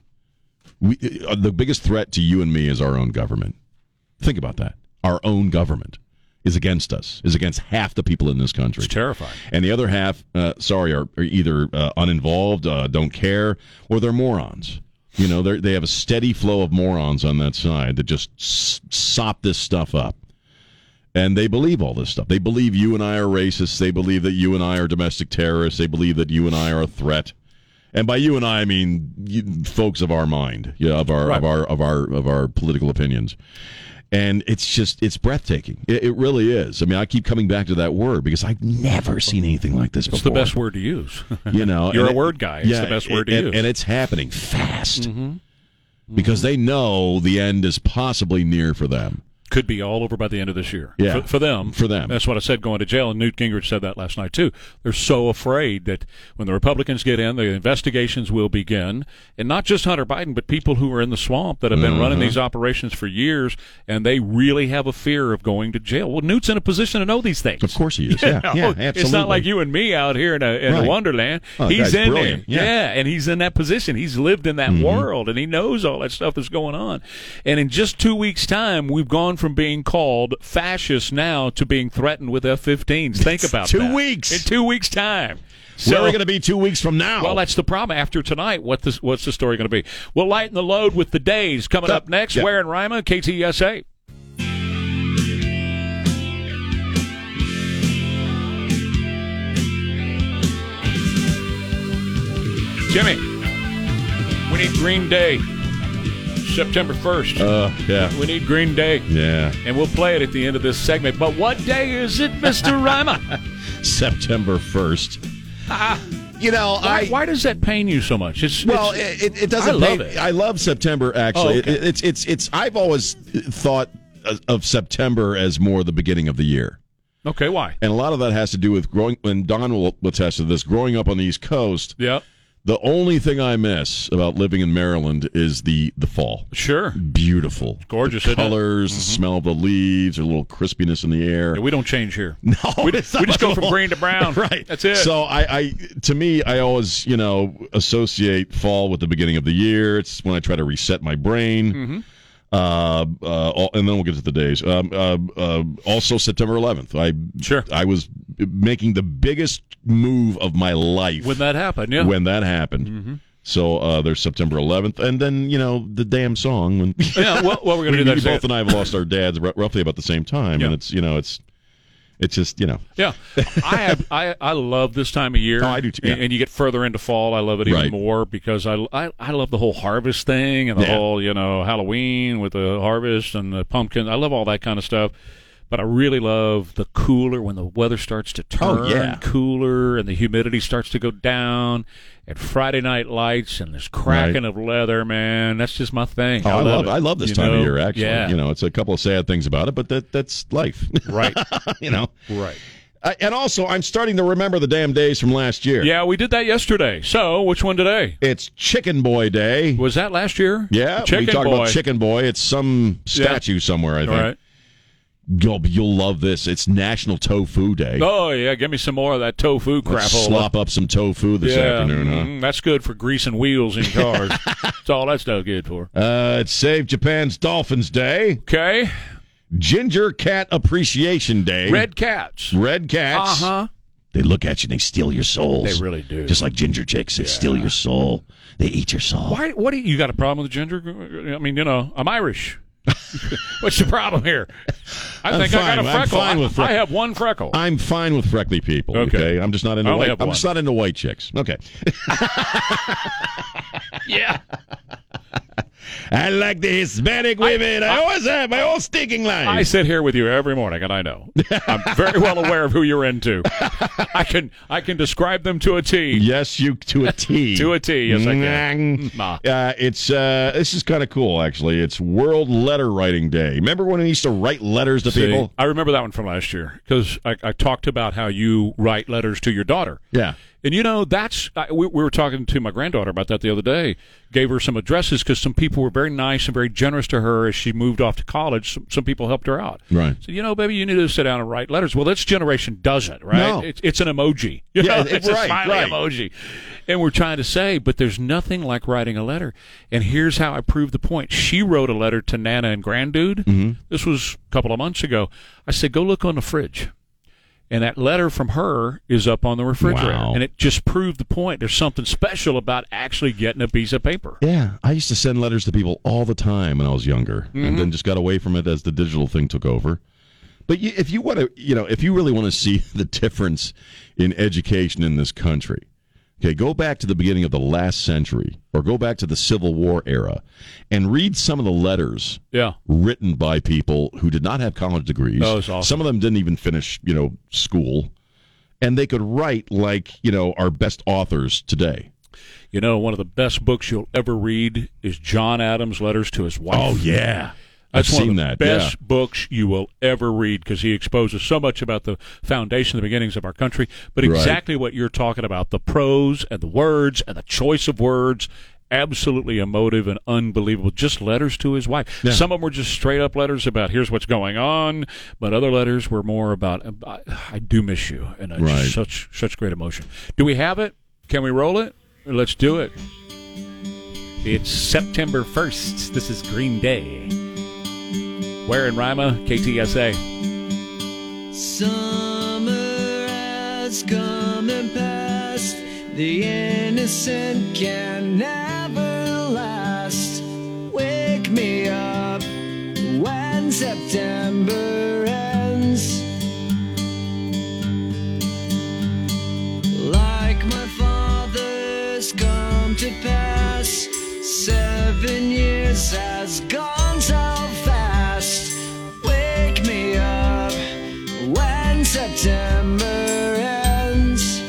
[SPEAKER 3] We, uh, the biggest threat to you and me is our own government. Think about that. Our own government is against us, is against half the people in this country.
[SPEAKER 2] It's terrifying.
[SPEAKER 3] and the other half, uh, sorry, are, are either uh, uninvolved, uh, don't care, or they're morons. You know, they they have a steady flow of morons on that side that just s- sop this stuff up. And they believe all this stuff. They believe you and I are racists. They believe that you and I are domestic terrorists. They believe that you and I are a threat. And by you and I, I mean you, folks of our mind, yeah, of our of our of our of our political opinions. And it's just it's breathtaking. It, it really is. I mean, I keep coming back to that word because I've never seen anything like this
[SPEAKER 2] It's the
[SPEAKER 3] before.
[SPEAKER 2] best word to use.
[SPEAKER 3] You know,
[SPEAKER 2] You're
[SPEAKER 3] and it-
[SPEAKER 2] a word guy. It's the best word to
[SPEAKER 3] and,
[SPEAKER 2] use. Mm-hmm.
[SPEAKER 3] and it's happening fast because they know the end is possibly near for them.
[SPEAKER 2] Could be all over by the end of this year.
[SPEAKER 3] Yeah.
[SPEAKER 2] For, for them.
[SPEAKER 3] For them.
[SPEAKER 2] That's what I said going to jail, and Newt Gingrich said that last night, too. They're so afraid that when the Republicans get in, the investigations will begin. And not just Hunter Biden, but people who are in the swamp that have been
[SPEAKER 3] Mm-hmm.
[SPEAKER 2] running these operations for years, and they really have a fear of going to jail. Well, Newt's in a position to know these things.
[SPEAKER 3] Of course he is. Yeah, yeah, absolutely.
[SPEAKER 2] It's not like you and me out here in a, in
[SPEAKER 3] Right.
[SPEAKER 2] a wonderland.
[SPEAKER 3] Oh, that
[SPEAKER 2] he's
[SPEAKER 3] guy's
[SPEAKER 2] in
[SPEAKER 3] brilliant.
[SPEAKER 2] there.
[SPEAKER 3] Yeah. Mm-hmm.
[SPEAKER 2] and he's in that position. He's lived in that world, and he knows all that stuff that's going on. And in just two weeks' time, we've gone from being called fascist now to being threatened with F-15s. Think about
[SPEAKER 3] two
[SPEAKER 2] that.
[SPEAKER 3] weeks.
[SPEAKER 2] In two weeks' time.
[SPEAKER 3] Where
[SPEAKER 2] So,
[SPEAKER 3] are we going to be two weeks from now?
[SPEAKER 2] well, that's the problem. After tonight, what this, what's the story going to be? We'll lighten the load with the days coming
[SPEAKER 3] Uh,
[SPEAKER 2] up next.
[SPEAKER 3] yeah.
[SPEAKER 2] Where in Rima, KTSA. Jimmy, we need Green Day, September first.
[SPEAKER 3] uh, yeah,
[SPEAKER 2] we need Green Day,
[SPEAKER 3] yeah.
[SPEAKER 2] and we'll play it at the end of this segment. But what day is it, Mister Rima?
[SPEAKER 3] September 1st. you know,
[SPEAKER 2] Ah. Why,
[SPEAKER 3] I.
[SPEAKER 2] why does that pain you so much? It's
[SPEAKER 3] well,
[SPEAKER 2] it's-
[SPEAKER 3] it, it- it doesn't.
[SPEAKER 2] I love
[SPEAKER 3] make-
[SPEAKER 2] it.
[SPEAKER 3] I love September. Actually,
[SPEAKER 2] Oh, okay.
[SPEAKER 3] It- it's it's it's. I've always thought of September as more the beginning of the year,
[SPEAKER 2] okay. Why?
[SPEAKER 3] and a lot of that has to do with growing. And Don will attest to this. Growing up on the East Coast,
[SPEAKER 2] Yeah,
[SPEAKER 3] the only thing I miss about living in Maryland is the the fall.
[SPEAKER 2] sure.
[SPEAKER 3] Beautiful,
[SPEAKER 2] gorgeous,
[SPEAKER 3] the
[SPEAKER 2] isn't it? Mm-hmm.
[SPEAKER 3] colors, the smell of the leaves, a little crispiness in the air.
[SPEAKER 2] Yeah, we don't change here.
[SPEAKER 3] No,
[SPEAKER 2] we,
[SPEAKER 3] it's
[SPEAKER 2] we
[SPEAKER 3] not
[SPEAKER 2] just go
[SPEAKER 3] at
[SPEAKER 2] from
[SPEAKER 3] all.
[SPEAKER 2] green to brown.
[SPEAKER 3] right?
[SPEAKER 2] that's it.
[SPEAKER 3] So I, I, to me, I always, you know, associate fall with the beginning of the year. It's when I try to reset my brain.
[SPEAKER 2] Mm-hmm.
[SPEAKER 3] Uh, uh, all- and then we'll get to the days. Um, uh, uh, also, September 11th. I
[SPEAKER 2] Sure.
[SPEAKER 3] I was making the biggest move of my life
[SPEAKER 2] when that happened, yeah, Mm-hmm.
[SPEAKER 3] when that happened. So uh, there's September 11th, and then you know the damn song. When
[SPEAKER 2] Yeah, well, well, we're going
[SPEAKER 3] we,
[SPEAKER 2] to do that.
[SPEAKER 3] we
[SPEAKER 2] in a
[SPEAKER 3] both
[SPEAKER 2] second.
[SPEAKER 3] and I have lost our dads r- roughly about the same time,
[SPEAKER 2] Yeah.
[SPEAKER 3] and it's you know it's it's just you know
[SPEAKER 2] Yeah, I have. I, I love this time of year.
[SPEAKER 3] Oh, I do too,
[SPEAKER 2] And-
[SPEAKER 3] yeah.
[SPEAKER 2] And you get further into fall, I love it even
[SPEAKER 3] Right.
[SPEAKER 2] more because I, I I love the whole harvest thing and the
[SPEAKER 3] Yeah.
[SPEAKER 2] whole you know Halloween with the harvest and the pumpkin. I love all that kind of stuff. But I really love the cooler when the weather starts to turn
[SPEAKER 3] Oh, yeah.
[SPEAKER 2] cooler and the humidity starts to go down, and Friday night lights and this cracking of leather, man. That's just my thing.
[SPEAKER 3] Oh, I, love I love this
[SPEAKER 2] You
[SPEAKER 3] time
[SPEAKER 2] know?
[SPEAKER 3] of year. Actually,
[SPEAKER 2] yeah,
[SPEAKER 3] you know, it's a couple of sad things about it, but that that's life.
[SPEAKER 2] right,
[SPEAKER 3] you know,
[SPEAKER 2] right.
[SPEAKER 3] I, and also I'm starting to remember the damn days from last year.
[SPEAKER 2] Yeah, we did that yesterday. So, which one today?
[SPEAKER 3] it's Chicken Boy Day.
[SPEAKER 2] Was that last year?
[SPEAKER 3] Yeah,
[SPEAKER 2] Chicken
[SPEAKER 3] we talked
[SPEAKER 2] boy.
[SPEAKER 3] about Chicken Boy. It's some
[SPEAKER 2] Yeah.
[SPEAKER 3] statue somewhere. I think.
[SPEAKER 2] All right.
[SPEAKER 3] You'll, you'll love this. It's National Tofu Day.
[SPEAKER 2] Oh yeah, give me some more of that tofu crap.
[SPEAKER 3] Let's slop up some tofu this
[SPEAKER 2] yeah.
[SPEAKER 3] afternoon, huh?
[SPEAKER 2] Mm, that's good for greasing wheels in cars. that's all that stuff good for.
[SPEAKER 3] Uh, it's Save Japan's Dolphins Day,
[SPEAKER 2] Okay,
[SPEAKER 3] Ginger Cat Appreciation Day,
[SPEAKER 2] red cats.
[SPEAKER 3] Red cats.
[SPEAKER 2] Uh huh.
[SPEAKER 3] They look at you and they steal your souls.
[SPEAKER 2] They really do.
[SPEAKER 3] Just like ginger chicks, they steal your soul. They eat your soul.
[SPEAKER 2] Why? What? Do you, you got a problem with ginger? I mean, you know, I'm Irish. What's the problem here? I
[SPEAKER 3] I'm
[SPEAKER 2] think I
[SPEAKER 3] fine.
[SPEAKER 2] got a
[SPEAKER 3] I'm
[SPEAKER 2] freckle.
[SPEAKER 3] fine
[SPEAKER 2] I-
[SPEAKER 3] with freck-
[SPEAKER 2] I have one freckle.
[SPEAKER 3] I'm fine with freckly people. Okay,
[SPEAKER 2] Okay.
[SPEAKER 3] I'm just not
[SPEAKER 2] I
[SPEAKER 3] into
[SPEAKER 2] only
[SPEAKER 3] white.
[SPEAKER 2] have
[SPEAKER 3] I'm
[SPEAKER 2] one.
[SPEAKER 3] just not into white chicks. Okay,
[SPEAKER 2] yeah.
[SPEAKER 3] I like the Hispanic women. I, always have my own stinking line.
[SPEAKER 2] I sit here with you every morning, and I know I'm very well aware of who you're into. I can I can describe them to a T.
[SPEAKER 3] Yes, you to a T.
[SPEAKER 2] To a T, yes, I can. Mm-hmm. Ah.
[SPEAKER 3] Nyang.
[SPEAKER 2] Ma.
[SPEAKER 3] Uh, it's uh, this is kind of cool actually. It's World Letter Writing Day. Remember when we used to write letters to
[SPEAKER 2] See,
[SPEAKER 3] people?
[SPEAKER 2] I remember that one from last year because I, I talked about how you write letters to your daughter.
[SPEAKER 3] Yeah.
[SPEAKER 2] And you know, that's, I, we, we were talking to my granddaughter about that the other day. Gave her some addresses because some people were very nice and very generous to her as she moved off to college. Some, some people helped her out.
[SPEAKER 3] Right.
[SPEAKER 2] So, you know, baby, you need to sit down and write letters. Well, this generation doesn't, right?
[SPEAKER 3] No.
[SPEAKER 2] It's, it's an emoji. You
[SPEAKER 3] Yeah,
[SPEAKER 2] know,
[SPEAKER 3] it-
[SPEAKER 2] it's
[SPEAKER 3] right,
[SPEAKER 2] a smiley
[SPEAKER 3] right.
[SPEAKER 2] emoji. And we're trying to say, but there's nothing like writing a letter. And here's how I prove the point. She wrote a letter to Nana and Granddude.
[SPEAKER 3] Mm-hmm.
[SPEAKER 2] This was a couple of months ago. I said, go look on the fridge. And that letter from her is up on the refrigerator.
[SPEAKER 3] Wow.
[SPEAKER 2] And it just proved the point. There's something special about actually getting a piece of paper.
[SPEAKER 3] Yeah, I used to send letters to people all the time when I was younger,
[SPEAKER 2] Mm-hmm.
[SPEAKER 3] and then just got away from it as the digital thing took over. But you, if you want to, you know, if you really want to see the difference in education in this country, okay, go back to the beginning of the last century, or go back to the Civil War era, and read some of the letters
[SPEAKER 2] Yeah.
[SPEAKER 3] written by people who did not have college degrees.
[SPEAKER 2] Oh, it's awesome.
[SPEAKER 3] Some of them didn't even finish, you know, school, and they could write like you know our best authors today.
[SPEAKER 2] You know, one of the best books you'll ever read is John Adams' letters to his wife.
[SPEAKER 3] yeah,
[SPEAKER 2] Oh, That's
[SPEAKER 3] I've
[SPEAKER 2] one
[SPEAKER 3] seen
[SPEAKER 2] of the
[SPEAKER 3] that,
[SPEAKER 2] best
[SPEAKER 3] yeah.
[SPEAKER 2] books you will ever read because he exposes so much about the foundation, the beginnings of our country, but
[SPEAKER 3] Right.
[SPEAKER 2] exactly what you're talking about the prose and the words and the choice of words. Absolutely emotive and unbelievable. Just letters to his wife. Some of them were just straight up letters about here's what's going on, but other letters were more about I, I do miss you and I,
[SPEAKER 3] Right.
[SPEAKER 2] such such great emotion. Do we have it? Can we roll it? Let's do it. It's September 1st. This is Green Day. Where in Rima, KTSA.
[SPEAKER 7] Summer has come and passed. The innocent can never last. Wake me up when September ends. Like my father's come to pass, seven years has gone so fast. Wake me up when September ends.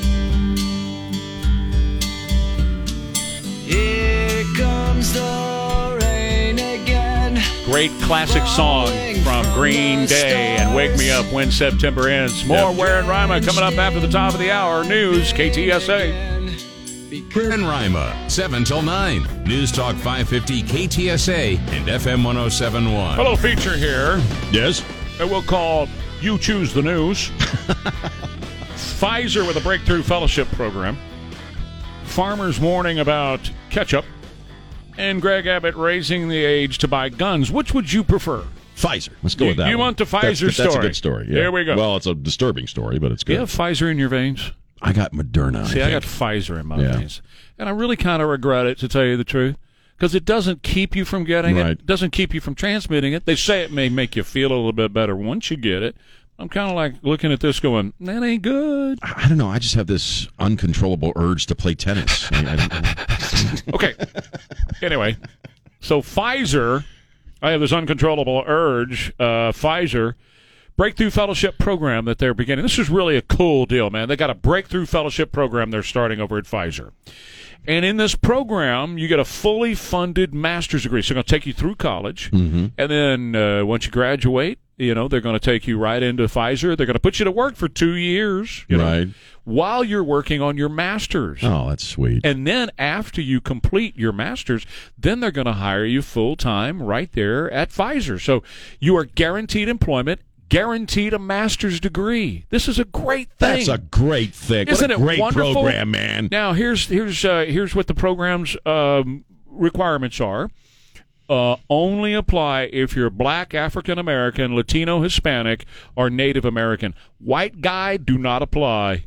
[SPEAKER 7] Here comes the rain again.
[SPEAKER 2] Great classic song from Green Day and Wake Me Up When September Ends. More Where in Rima coming up after the top of the hour. News, KTSA.
[SPEAKER 1] We're in Rima, 7 till 9. News Talk 550 KTSA and FM 1071.
[SPEAKER 2] Hello, feature here
[SPEAKER 3] Yes.
[SPEAKER 2] that we'll call You Choose the News. Pfizer with a breakthrough fellowship program. Farmers warning about ketchup. And Greg Abbott raising the age to buy guns. Which would you prefer?
[SPEAKER 3] Pfizer. Let's go
[SPEAKER 2] You-
[SPEAKER 3] with that.
[SPEAKER 2] you
[SPEAKER 3] one.
[SPEAKER 2] want the
[SPEAKER 3] That's-
[SPEAKER 2] Pfizer
[SPEAKER 3] That's a
[SPEAKER 2] story.
[SPEAKER 3] good story. Yeah.
[SPEAKER 2] There we go.
[SPEAKER 3] Well, it's a disturbing story, but it's
[SPEAKER 2] Do
[SPEAKER 3] good.
[SPEAKER 2] you have Pfizer in your veins?
[SPEAKER 3] I got Moderna.
[SPEAKER 2] See, I, got
[SPEAKER 3] think.
[SPEAKER 2] Pfizer in my
[SPEAKER 3] Yeah.
[SPEAKER 2] veins, and I really kind of regret it, to tell you the truth, because it doesn't keep you from getting it.
[SPEAKER 3] Right.
[SPEAKER 2] it. Doesn't keep you from transmitting it. They say it may make you feel a little bit better once you get it. I'm kind of like looking at this, going, "That ain't good."
[SPEAKER 3] I I don't know. I just have this uncontrollable urge to play tennis. I, I don't know.
[SPEAKER 2] Okay. anyway, so Pfizer, I have this uncontrollable urge. Uh, Pfizer breakthrough fellowship program that they're beginning. This is really a cool deal, man. They got a breakthrough fellowship program they're starting over at Pfizer. And in this program, you get a fully funded master's degree. So they're going to take you through college. And then uh, once you graduate, you know, they're going to take you right into Pfizer. They're going to put you to work for two years you know,
[SPEAKER 3] Right.
[SPEAKER 2] while you're working on your master's.
[SPEAKER 3] Oh, that's sweet.
[SPEAKER 2] And then after you complete your master's, then they're going to hire you full time right there at Pfizer. So you are guaranteed employment, guaranteed a master's degree. This is a great
[SPEAKER 3] That's
[SPEAKER 2] thing.
[SPEAKER 3] a great thing. what
[SPEAKER 2] Isn't it
[SPEAKER 3] a great
[SPEAKER 2] wonderful?
[SPEAKER 3] program, man.
[SPEAKER 2] Now here's here's uh, here's what the program's um, requirements are. Uh, only apply if you're black, African American, Latino, Hispanic, or Native American. White guy, do not apply.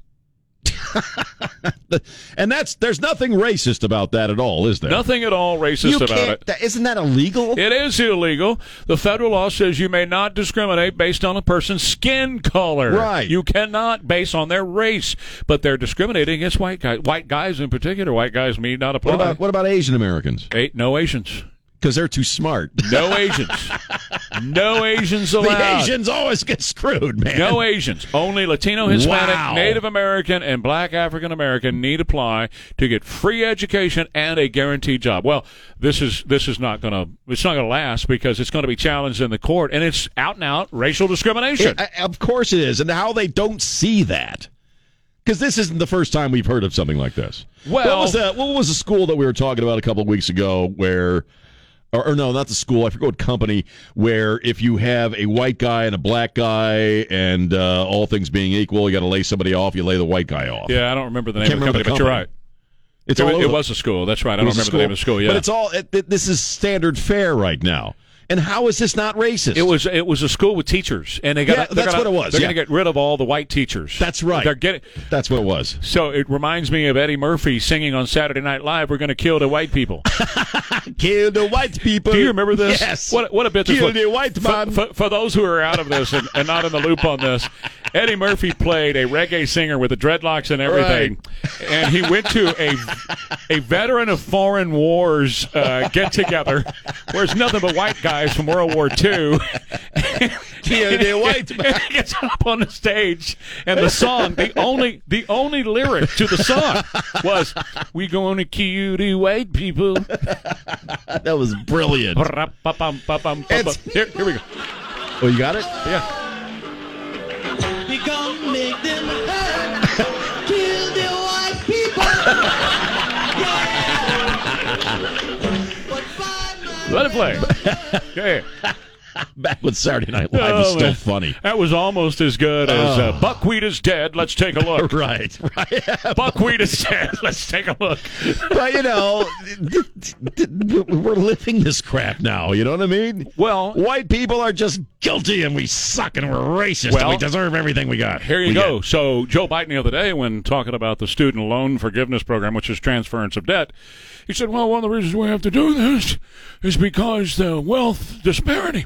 [SPEAKER 3] And that's there's nothing racist about that at all, is there?
[SPEAKER 2] Nothing at all racist
[SPEAKER 3] You
[SPEAKER 2] about
[SPEAKER 3] can't,
[SPEAKER 2] it.
[SPEAKER 3] that- Isn't that illegal?
[SPEAKER 2] It is illegal. The federal law says you may not discriminate based on a person's skin color.
[SPEAKER 3] Right.
[SPEAKER 2] You cannot based on their race, but they're discriminating against white guys. White guys in particular. White guys may not apply.
[SPEAKER 3] what about what about Asian Americans?
[SPEAKER 2] Eight, no Asians.
[SPEAKER 3] Because they're too smart.
[SPEAKER 2] No Asians. no Asians
[SPEAKER 3] the
[SPEAKER 2] allowed.
[SPEAKER 3] Asians always get screwed, man.
[SPEAKER 2] No Asians. Only Latino, Hispanic,
[SPEAKER 3] Wow.
[SPEAKER 2] Native American, and Black African American need apply to get free education and a guaranteed job. Well, this is this is not gonna it's not gonna last because it's gonna be challenged in the court, and it's out and out racial discrimination.
[SPEAKER 3] It- I- of course it is, and how they don't see that. Because this isn't the first time we've heard of something like this. what
[SPEAKER 2] Well-
[SPEAKER 3] was the what was the school that we were talking about a couple of weeks ago? Where, or, or no, not the school. I forget what company. Where if you have a white guy and a black guy, and uh, all things being equal, you got to lay somebody off. You lay the white guy off.
[SPEAKER 2] yeah, I don't remember the name of
[SPEAKER 3] Can't
[SPEAKER 2] the
[SPEAKER 3] remember
[SPEAKER 2] company,
[SPEAKER 3] the
[SPEAKER 2] but you're
[SPEAKER 3] company.
[SPEAKER 2] right.
[SPEAKER 3] it's
[SPEAKER 2] It,
[SPEAKER 3] all
[SPEAKER 2] wa- it
[SPEAKER 3] over.
[SPEAKER 2] was a school. That's right. I
[SPEAKER 3] It
[SPEAKER 2] don't
[SPEAKER 3] was
[SPEAKER 2] remember the name of the school. Yeah,
[SPEAKER 3] but it's all. It, it- this is standard fare right now. And how is this not racist?
[SPEAKER 2] It was it was a school with teachers, and they got
[SPEAKER 3] Yeah, that's
[SPEAKER 2] gonna,
[SPEAKER 3] what it was,
[SPEAKER 2] They're
[SPEAKER 3] yeah.
[SPEAKER 2] going to get rid of all the white teachers.
[SPEAKER 3] That's right.
[SPEAKER 2] They're getting
[SPEAKER 3] That's what it was.
[SPEAKER 2] so it reminds me of Eddie Murphy singing on Saturday Night Live. We're going to kill the white people.
[SPEAKER 3] Kill the white people.
[SPEAKER 2] Do you remember this?
[SPEAKER 3] Yes.
[SPEAKER 2] What, what a bit this
[SPEAKER 3] Kill
[SPEAKER 2] was.
[SPEAKER 3] the white
[SPEAKER 2] For-
[SPEAKER 3] man.
[SPEAKER 2] For, for those who are out of this and, and not in the loop on this, Eddie Murphy played a reggae singer with the dreadlocks and everything, and he went to a a veteran of foreign wars uh, get together, where it's nothing but white guys from World War II.
[SPEAKER 3] Kill the white man.
[SPEAKER 2] And he gets up on the stage, and the song, the only the only lyric to the song was, "We going to kill the white people."
[SPEAKER 3] That was brilliant.
[SPEAKER 2] Here,
[SPEAKER 3] It's-
[SPEAKER 2] here we go.
[SPEAKER 3] Oh, you got it?
[SPEAKER 2] Yeah.
[SPEAKER 7] We gonna make them hurt. Kill the white people. Yeah. But find my
[SPEAKER 2] Let it play. Okay.
[SPEAKER 3] Back when Saturday Night Live was
[SPEAKER 2] Oh, man.
[SPEAKER 3] still funny.
[SPEAKER 2] That was almost as good as uh, Buckwheat is Dead. Let's take a look.
[SPEAKER 3] Right, right.
[SPEAKER 2] Buckwheat is Dead. Let's take a look.
[SPEAKER 3] but you know, th- th- th- we're living this crap now. You know what I mean?
[SPEAKER 2] Well-
[SPEAKER 3] white people are just guilty, and we suck, and we're racist, and
[SPEAKER 2] Well-
[SPEAKER 3] we deserve everything we got.
[SPEAKER 2] Here you
[SPEAKER 3] We
[SPEAKER 2] go.
[SPEAKER 3] get.
[SPEAKER 2] So, Joe Biden the other day, when talking about the student loan forgiveness program, which is transference of debt, he said, Well, one of the reasons we have to do this is because the wealth disparity.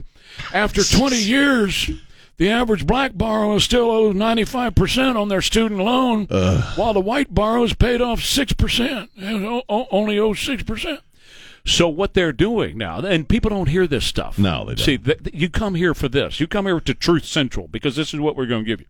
[SPEAKER 2] After 20 years, the average black borrower still owes 95% on their student loan, while the white borrower's paid off 6%, and o- o- only owes 6%. So what they're doing now, and people don't hear this stuff.
[SPEAKER 3] No, they don't.
[SPEAKER 2] See, th- th- you come here for this. You come here to Truth Central because this is what we're going to give you.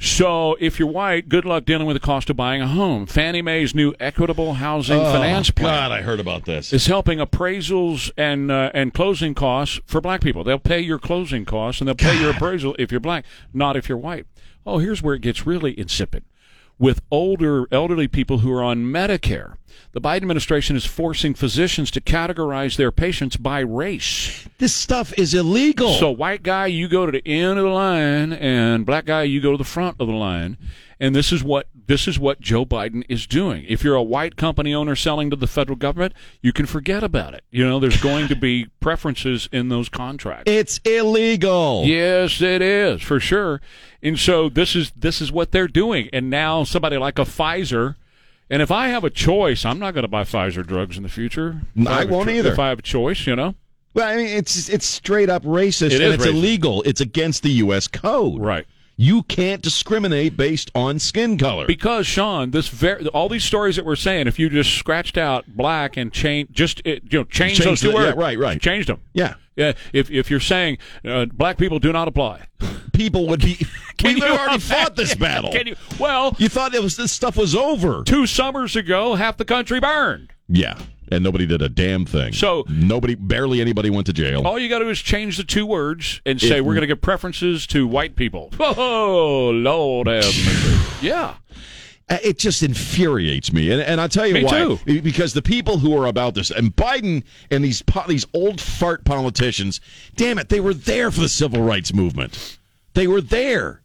[SPEAKER 2] So if you're white, good luck dealing with the cost of buying a home. Fannie Mae's new equitable housing finance plan
[SPEAKER 3] Oh, God, I heard about this.
[SPEAKER 2] is helping appraisals and uh, and closing costs for black people. They'll pay your closing costs and they'll pay your appraisal if you're black, not if you're white. Oh, here's where it gets really insipid. With older elderly people who are on Medicare, the Biden administration is forcing physicians to categorize their patients by race.
[SPEAKER 3] this stuff is illegal.
[SPEAKER 2] So white guy, you go to the end of the line, and black guy, you go to the front of the line. And this is what this is what Joe Biden is doing. If you're a white company owner selling to the federal government, you can forget about it. You know, there's going to be preferences in those contracts.
[SPEAKER 3] It's illegal.
[SPEAKER 2] Yes, it is for sure. And so this is this is what they're doing. And now somebody like a Pfizer. And if I have a choice, I'm not going to buy Pfizer drugs in the future. If
[SPEAKER 3] I
[SPEAKER 2] have a
[SPEAKER 3] won't
[SPEAKER 2] cho-
[SPEAKER 3] either.
[SPEAKER 2] If I have a choice, you know.
[SPEAKER 3] Well, I mean, it's it's straight up racist,
[SPEAKER 2] It
[SPEAKER 3] and
[SPEAKER 2] is
[SPEAKER 3] it's
[SPEAKER 2] racist.
[SPEAKER 3] illegal. It's against the U.S. code.
[SPEAKER 2] Right.
[SPEAKER 3] You can't discriminate based on skin color.
[SPEAKER 2] Because Sean, this ver- all these stories that we're saying, if you just scratched out black and change, just it, you know, change,
[SPEAKER 3] Change
[SPEAKER 2] those two
[SPEAKER 3] the-
[SPEAKER 2] words,
[SPEAKER 3] yeah, right, right.
[SPEAKER 2] changed them.
[SPEAKER 3] yeah,
[SPEAKER 2] Yeah, if if you're saying uh, black people do not apply,
[SPEAKER 3] people would be.
[SPEAKER 2] Can
[SPEAKER 3] we've
[SPEAKER 2] you
[SPEAKER 3] already
[SPEAKER 2] imagine?
[SPEAKER 3] fought this battle.
[SPEAKER 2] Can you? Well,
[SPEAKER 3] You thought it was this stuff was over.
[SPEAKER 2] two summers ago, half the country burned.
[SPEAKER 3] Yeah, and nobody did a damn thing.
[SPEAKER 2] So-
[SPEAKER 3] nobody, barely anybody went to jail.
[SPEAKER 2] All you got to do is change the two words and say we're going to give preferences to white people. Oh Lord, have mercy. yeah,
[SPEAKER 3] Uh, It just infuriates me, and, and I'll tell you
[SPEAKER 2] Me
[SPEAKER 3] why.
[SPEAKER 2] too.
[SPEAKER 3] Be- Because the people who are about this, and Biden and these po- these old fart politicians, damn it, they were there for the civil rights movement. They were there.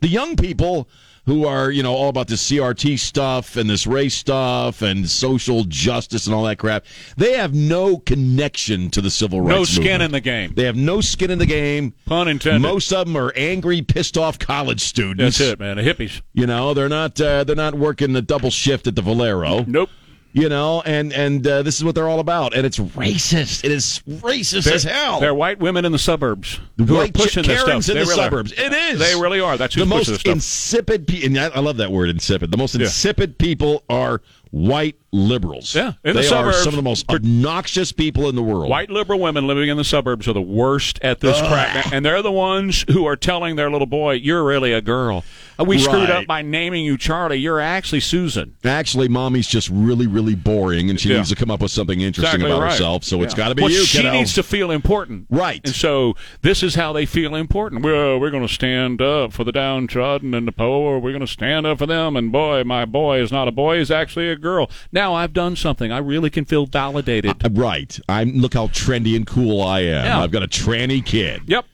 [SPEAKER 3] The young people who are you know all about this CRT stuff and this race stuff and social justice and all that crap, they have no connection to the civil rights.
[SPEAKER 2] no skin
[SPEAKER 3] movement.
[SPEAKER 2] in the game.
[SPEAKER 3] They have no skin in the game.
[SPEAKER 2] Pun intended.
[SPEAKER 3] Most of them are angry, pissed off college students.
[SPEAKER 2] That's it, man. The hippies.
[SPEAKER 3] You know, they're not uh, they're not working the double shift at the Valero.
[SPEAKER 2] Nope.
[SPEAKER 3] You know, and and uh, this is what they're all about, and it's racist. It is racist as hell.
[SPEAKER 2] They're white women in the suburbs who
[SPEAKER 3] White
[SPEAKER 2] are pushing this
[SPEAKER 3] Karens
[SPEAKER 2] stuff.
[SPEAKER 3] in
[SPEAKER 2] They
[SPEAKER 3] the
[SPEAKER 2] really are.
[SPEAKER 3] suburbs. It is.
[SPEAKER 2] They really are. That's who's
[SPEAKER 3] the most
[SPEAKER 2] pushing this stuff.
[SPEAKER 3] insipid. Pe- and I I love that word, insipid. The most
[SPEAKER 2] Yeah.
[SPEAKER 3] insipid people are white liberals.
[SPEAKER 2] Yeah,
[SPEAKER 3] they
[SPEAKER 2] in the
[SPEAKER 3] are
[SPEAKER 2] suburbs.
[SPEAKER 3] some of the most obnoxious people in the world.
[SPEAKER 2] White liberal women living in the suburbs are the worst at this crap, and they're the ones who are telling their little boy, "You're really a girl. Uh, We screwed
[SPEAKER 3] Right.
[SPEAKER 2] up by naming you Charlie. You're actually Susan."
[SPEAKER 3] Actually, mommy's just really, really boring, and she
[SPEAKER 2] Yeah.
[SPEAKER 3] needs to come up with something interesting
[SPEAKER 2] Exactly
[SPEAKER 3] about
[SPEAKER 2] right.
[SPEAKER 3] herself. So it's
[SPEAKER 2] Yeah.
[SPEAKER 3] got to be
[SPEAKER 2] well,
[SPEAKER 3] you,
[SPEAKER 2] She
[SPEAKER 3] kiddo.
[SPEAKER 2] needs to feel important,
[SPEAKER 3] Right.
[SPEAKER 2] And so this is how they feel important. We're we're going to stand up for the downtrodden and the poor. We're going to stand up for them. And boy, my boy is not a boy; he's actually a girl. Now I've done something. I really can feel validated.
[SPEAKER 3] Uh, Right. I'm look how trendy and cool I am.
[SPEAKER 2] Yeah.
[SPEAKER 3] I've got a tranny kid.
[SPEAKER 2] yep,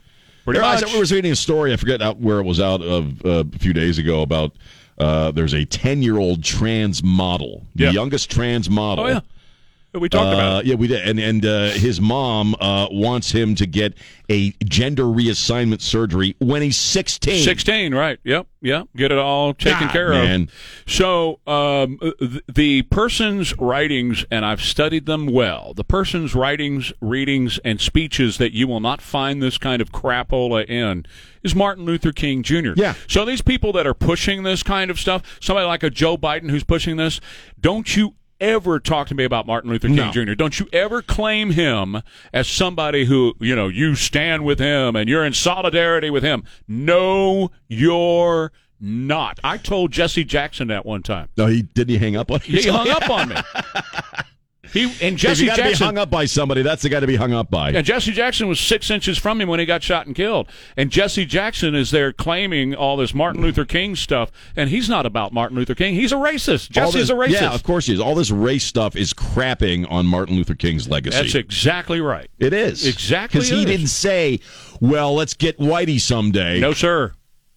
[SPEAKER 2] pretty
[SPEAKER 3] There-
[SPEAKER 2] much.
[SPEAKER 3] I was reading a story. I forget out where it was out of uh, a few days ago about uh, there's a ten year old trans model,
[SPEAKER 2] Yeah.
[SPEAKER 3] the youngest trans model.
[SPEAKER 2] oh yeah, we talked about it.
[SPEAKER 3] Uh, yeah, we did, and and uh, his mom uh, wants him to get a gender reassignment surgery when he's sixteen.
[SPEAKER 2] 16, right. Yep, yep. Get it all taken
[SPEAKER 3] God,
[SPEAKER 2] care
[SPEAKER 3] man.
[SPEAKER 2] of. So, um, th- the person's writings, and I've studied them well, the person's writings, readings, and speeches that you will not find this kind of crapola in is Martin Luther King Jr.
[SPEAKER 3] Yeah.
[SPEAKER 2] So, these people that are pushing this kind of stuff, somebody like a Joe Biden who's pushing this, don't you ever talk to me about Martin Luther King
[SPEAKER 3] No.
[SPEAKER 2] Jr. Don't you ever claim him as somebody who, you know, you stand with him and you're in solidarity with him. No, you're not. I told Jesse Jackson that one time.
[SPEAKER 3] No, he did. He hang up on.
[SPEAKER 2] He hung up on me. He
[SPEAKER 3] If
[SPEAKER 2] and Jesse
[SPEAKER 3] you got to be hung
[SPEAKER 2] Jackson.
[SPEAKER 3] up by somebody, that's the guy to be hung up by.
[SPEAKER 2] And Jesse Jackson was six inches from him when he got shot and killed. And Jesse Jackson is there claiming all this Martin Luther King stuff, and he's not about Martin Luther King. He's a racist.
[SPEAKER 3] All
[SPEAKER 2] Jesse's
[SPEAKER 3] this-
[SPEAKER 2] a racist.
[SPEAKER 3] Yeah, of course he is. All this race stuff is crapping on Martin Luther King's legacy.
[SPEAKER 2] That's exactly right.
[SPEAKER 3] It is
[SPEAKER 2] Exactly
[SPEAKER 3] because he
[SPEAKER 2] it is.
[SPEAKER 3] didn't say, "Well, let's get whitey someday."
[SPEAKER 2] No, sir.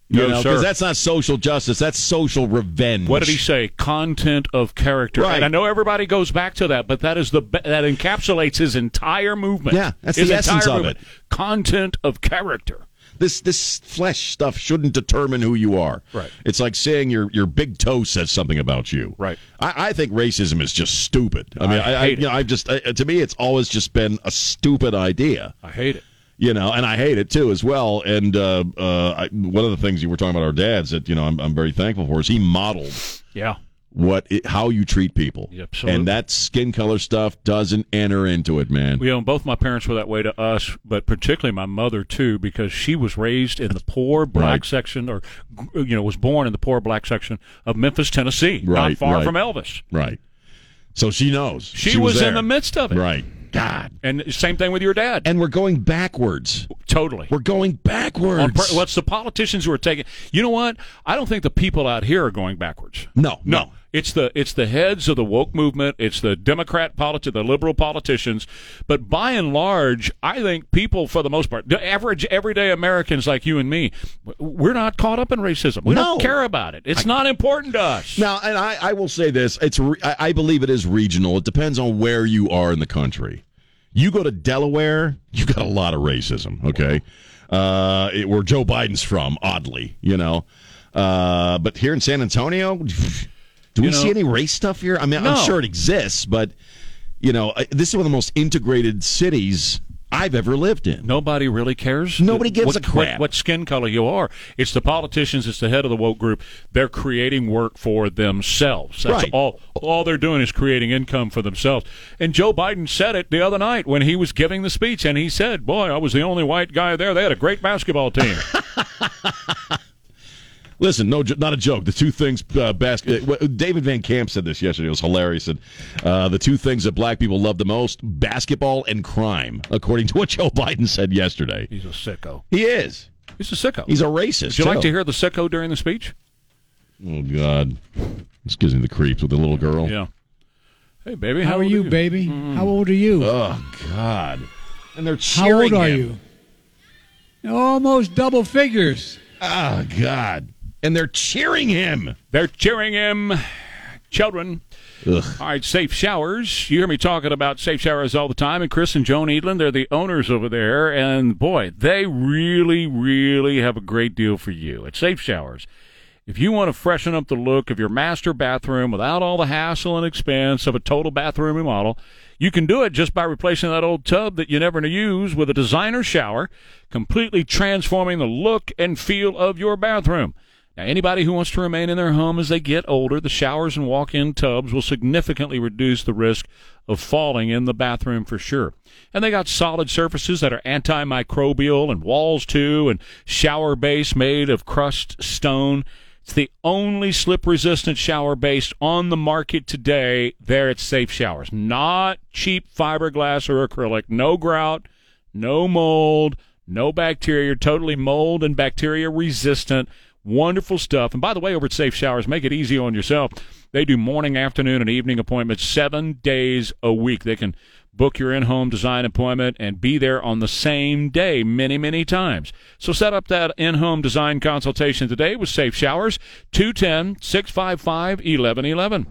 [SPEAKER 3] you
[SPEAKER 2] No,
[SPEAKER 3] know,
[SPEAKER 2] sir.
[SPEAKER 3] because that's not social justice. That's social revenge.
[SPEAKER 2] what did he say? Content of character.
[SPEAKER 3] Right.
[SPEAKER 2] And I know everybody goes back to that, but that is the be- that encapsulates his entire movement.
[SPEAKER 3] Yeah, that's
[SPEAKER 2] his
[SPEAKER 3] the essence
[SPEAKER 2] entire
[SPEAKER 3] of
[SPEAKER 2] movement. Content of character.
[SPEAKER 3] This this flesh stuff shouldn't determine who you are.
[SPEAKER 2] Right.
[SPEAKER 3] It's like saying your your big toe says something about you.
[SPEAKER 2] Right.
[SPEAKER 3] I, I think racism is just stupid. I mean, I, I,
[SPEAKER 2] hate
[SPEAKER 3] you know, I've just I, to me, it's always just been a stupid idea.
[SPEAKER 2] I hate it.
[SPEAKER 3] you know, and I hate it too as well. And uh, uh, I, one of the things you were talking about our dads that you know I'm, I'm very thankful for is he modeled
[SPEAKER 2] Yeah.
[SPEAKER 3] what it, how you treat people,
[SPEAKER 2] Yeah, absolutely.
[SPEAKER 3] and that skin color stuff doesn't enter into it, man.
[SPEAKER 2] You know, both my parents were that way to us, but particularly my mother too, because she was raised in the poor black
[SPEAKER 3] Right.
[SPEAKER 2] section, or you know, was born in the poor black section of Memphis, Tennessee,
[SPEAKER 3] Right,
[SPEAKER 2] not far
[SPEAKER 3] right.
[SPEAKER 2] from Elvis.
[SPEAKER 3] Right. So she knows
[SPEAKER 2] She, was, in
[SPEAKER 3] there.
[SPEAKER 2] the midst of it.
[SPEAKER 3] Right. God.
[SPEAKER 2] And same thing with your dad.
[SPEAKER 3] And we're going backwards.
[SPEAKER 2] totally.
[SPEAKER 3] We're going
[SPEAKER 2] on
[SPEAKER 3] backwards.
[SPEAKER 2] per- what's the politicians who are taking you know what i don't think the people out here are going backwards
[SPEAKER 3] no, no.
[SPEAKER 2] It's the it's the heads of the woke movement. It's the Democrat politi- the liberal politicians. But by and large, I think people, for the most part, the average everyday Americans like you and me, w- we're not caught up in racism. We
[SPEAKER 3] No.
[SPEAKER 2] don't care about it. It's not important to us.
[SPEAKER 3] Now, and I, I will say this: it's re- I I believe it is regional. It depends on where you are in the country. You go to Delaware, you got a lot of racism. Okay, uh, it- where Joe Biden's from, oddly, you know. Uh, but here in San Antonio, do we
[SPEAKER 2] You know-
[SPEAKER 3] see any race stuff here? I mean,
[SPEAKER 2] No.
[SPEAKER 3] I'm sure it exists, but you know, I- this is one of the most integrated cities I've ever lived in.
[SPEAKER 2] Nobody really cares.
[SPEAKER 3] Nobody gives
[SPEAKER 2] what,
[SPEAKER 3] a crap.
[SPEAKER 2] What, what skin color you are. It's the politicians. It's the head of the woke group. They're creating work for themselves. That's
[SPEAKER 3] Right.
[SPEAKER 2] all. All they're doing is creating income for themselves. And Joe Biden said it the other night when he was giving the speech, and he said, "Boy, I was the only white guy there. They had a great basketball team."
[SPEAKER 3] Listen, no, jo- not a joke. The two things, uh, bas- uh, w- David Van Camp said this yesterday. It was hilarious. Said, uh, the two things that black people love the most: basketball and crime, according to what Joe Biden said yesterday.
[SPEAKER 2] He's a sicko.
[SPEAKER 3] He is.
[SPEAKER 2] He's a sicko.
[SPEAKER 3] He's a racist.
[SPEAKER 2] Would you like to
[SPEAKER 3] too.
[SPEAKER 2] hear the sicko during the speech?
[SPEAKER 3] Oh God, this gives me the creeps with the little girl.
[SPEAKER 2] Yeah. Hey, baby, how,
[SPEAKER 4] How are
[SPEAKER 2] old
[SPEAKER 4] you, Mm-hmm. baby? How old are you?
[SPEAKER 3] Oh God, and they're
[SPEAKER 4] How
[SPEAKER 3] cheering
[SPEAKER 4] old are
[SPEAKER 3] him.
[SPEAKER 4] you? Almost double figures.
[SPEAKER 3] Oh God, and they're cheering him.
[SPEAKER 2] They're cheering him. Children. All right, safe showers. You hear me talking about safe showers all the time. And Chris and Joan Edlin, they're the owners over there. And boy, they really, really have a great deal for you at Safe Showers. If you want to freshen up the look of your master bathroom without all the hassle and expense of a total bathroom remodel, you can do it just by replacing that old tub that you never use with a designer shower, completely transforming the look and feel of your bathroom. Now, anybody who wants to remain in their home as they get older, the showers and walk in tubs will significantly reduce the risk of falling in the bathroom for sure. And they got solid surfaces that are antimicrobial and walls too, and shower base made of crushed stone. It's the only slip resistant shower base on the market today there at Safe Showers. Not cheap fiberglass or acrylic, no grout no mold, no bacteria, totally mold and bacteria resistant. Wonderful stuff. And by the way, over at Safe Showers, make it easy on yourself. They do morning, afternoon, and evening appointments seven days a week. They can book your in home design appointment and be there on the same day many, many times. So set up that in home design consultation today with Safe Showers, 210 655 1111.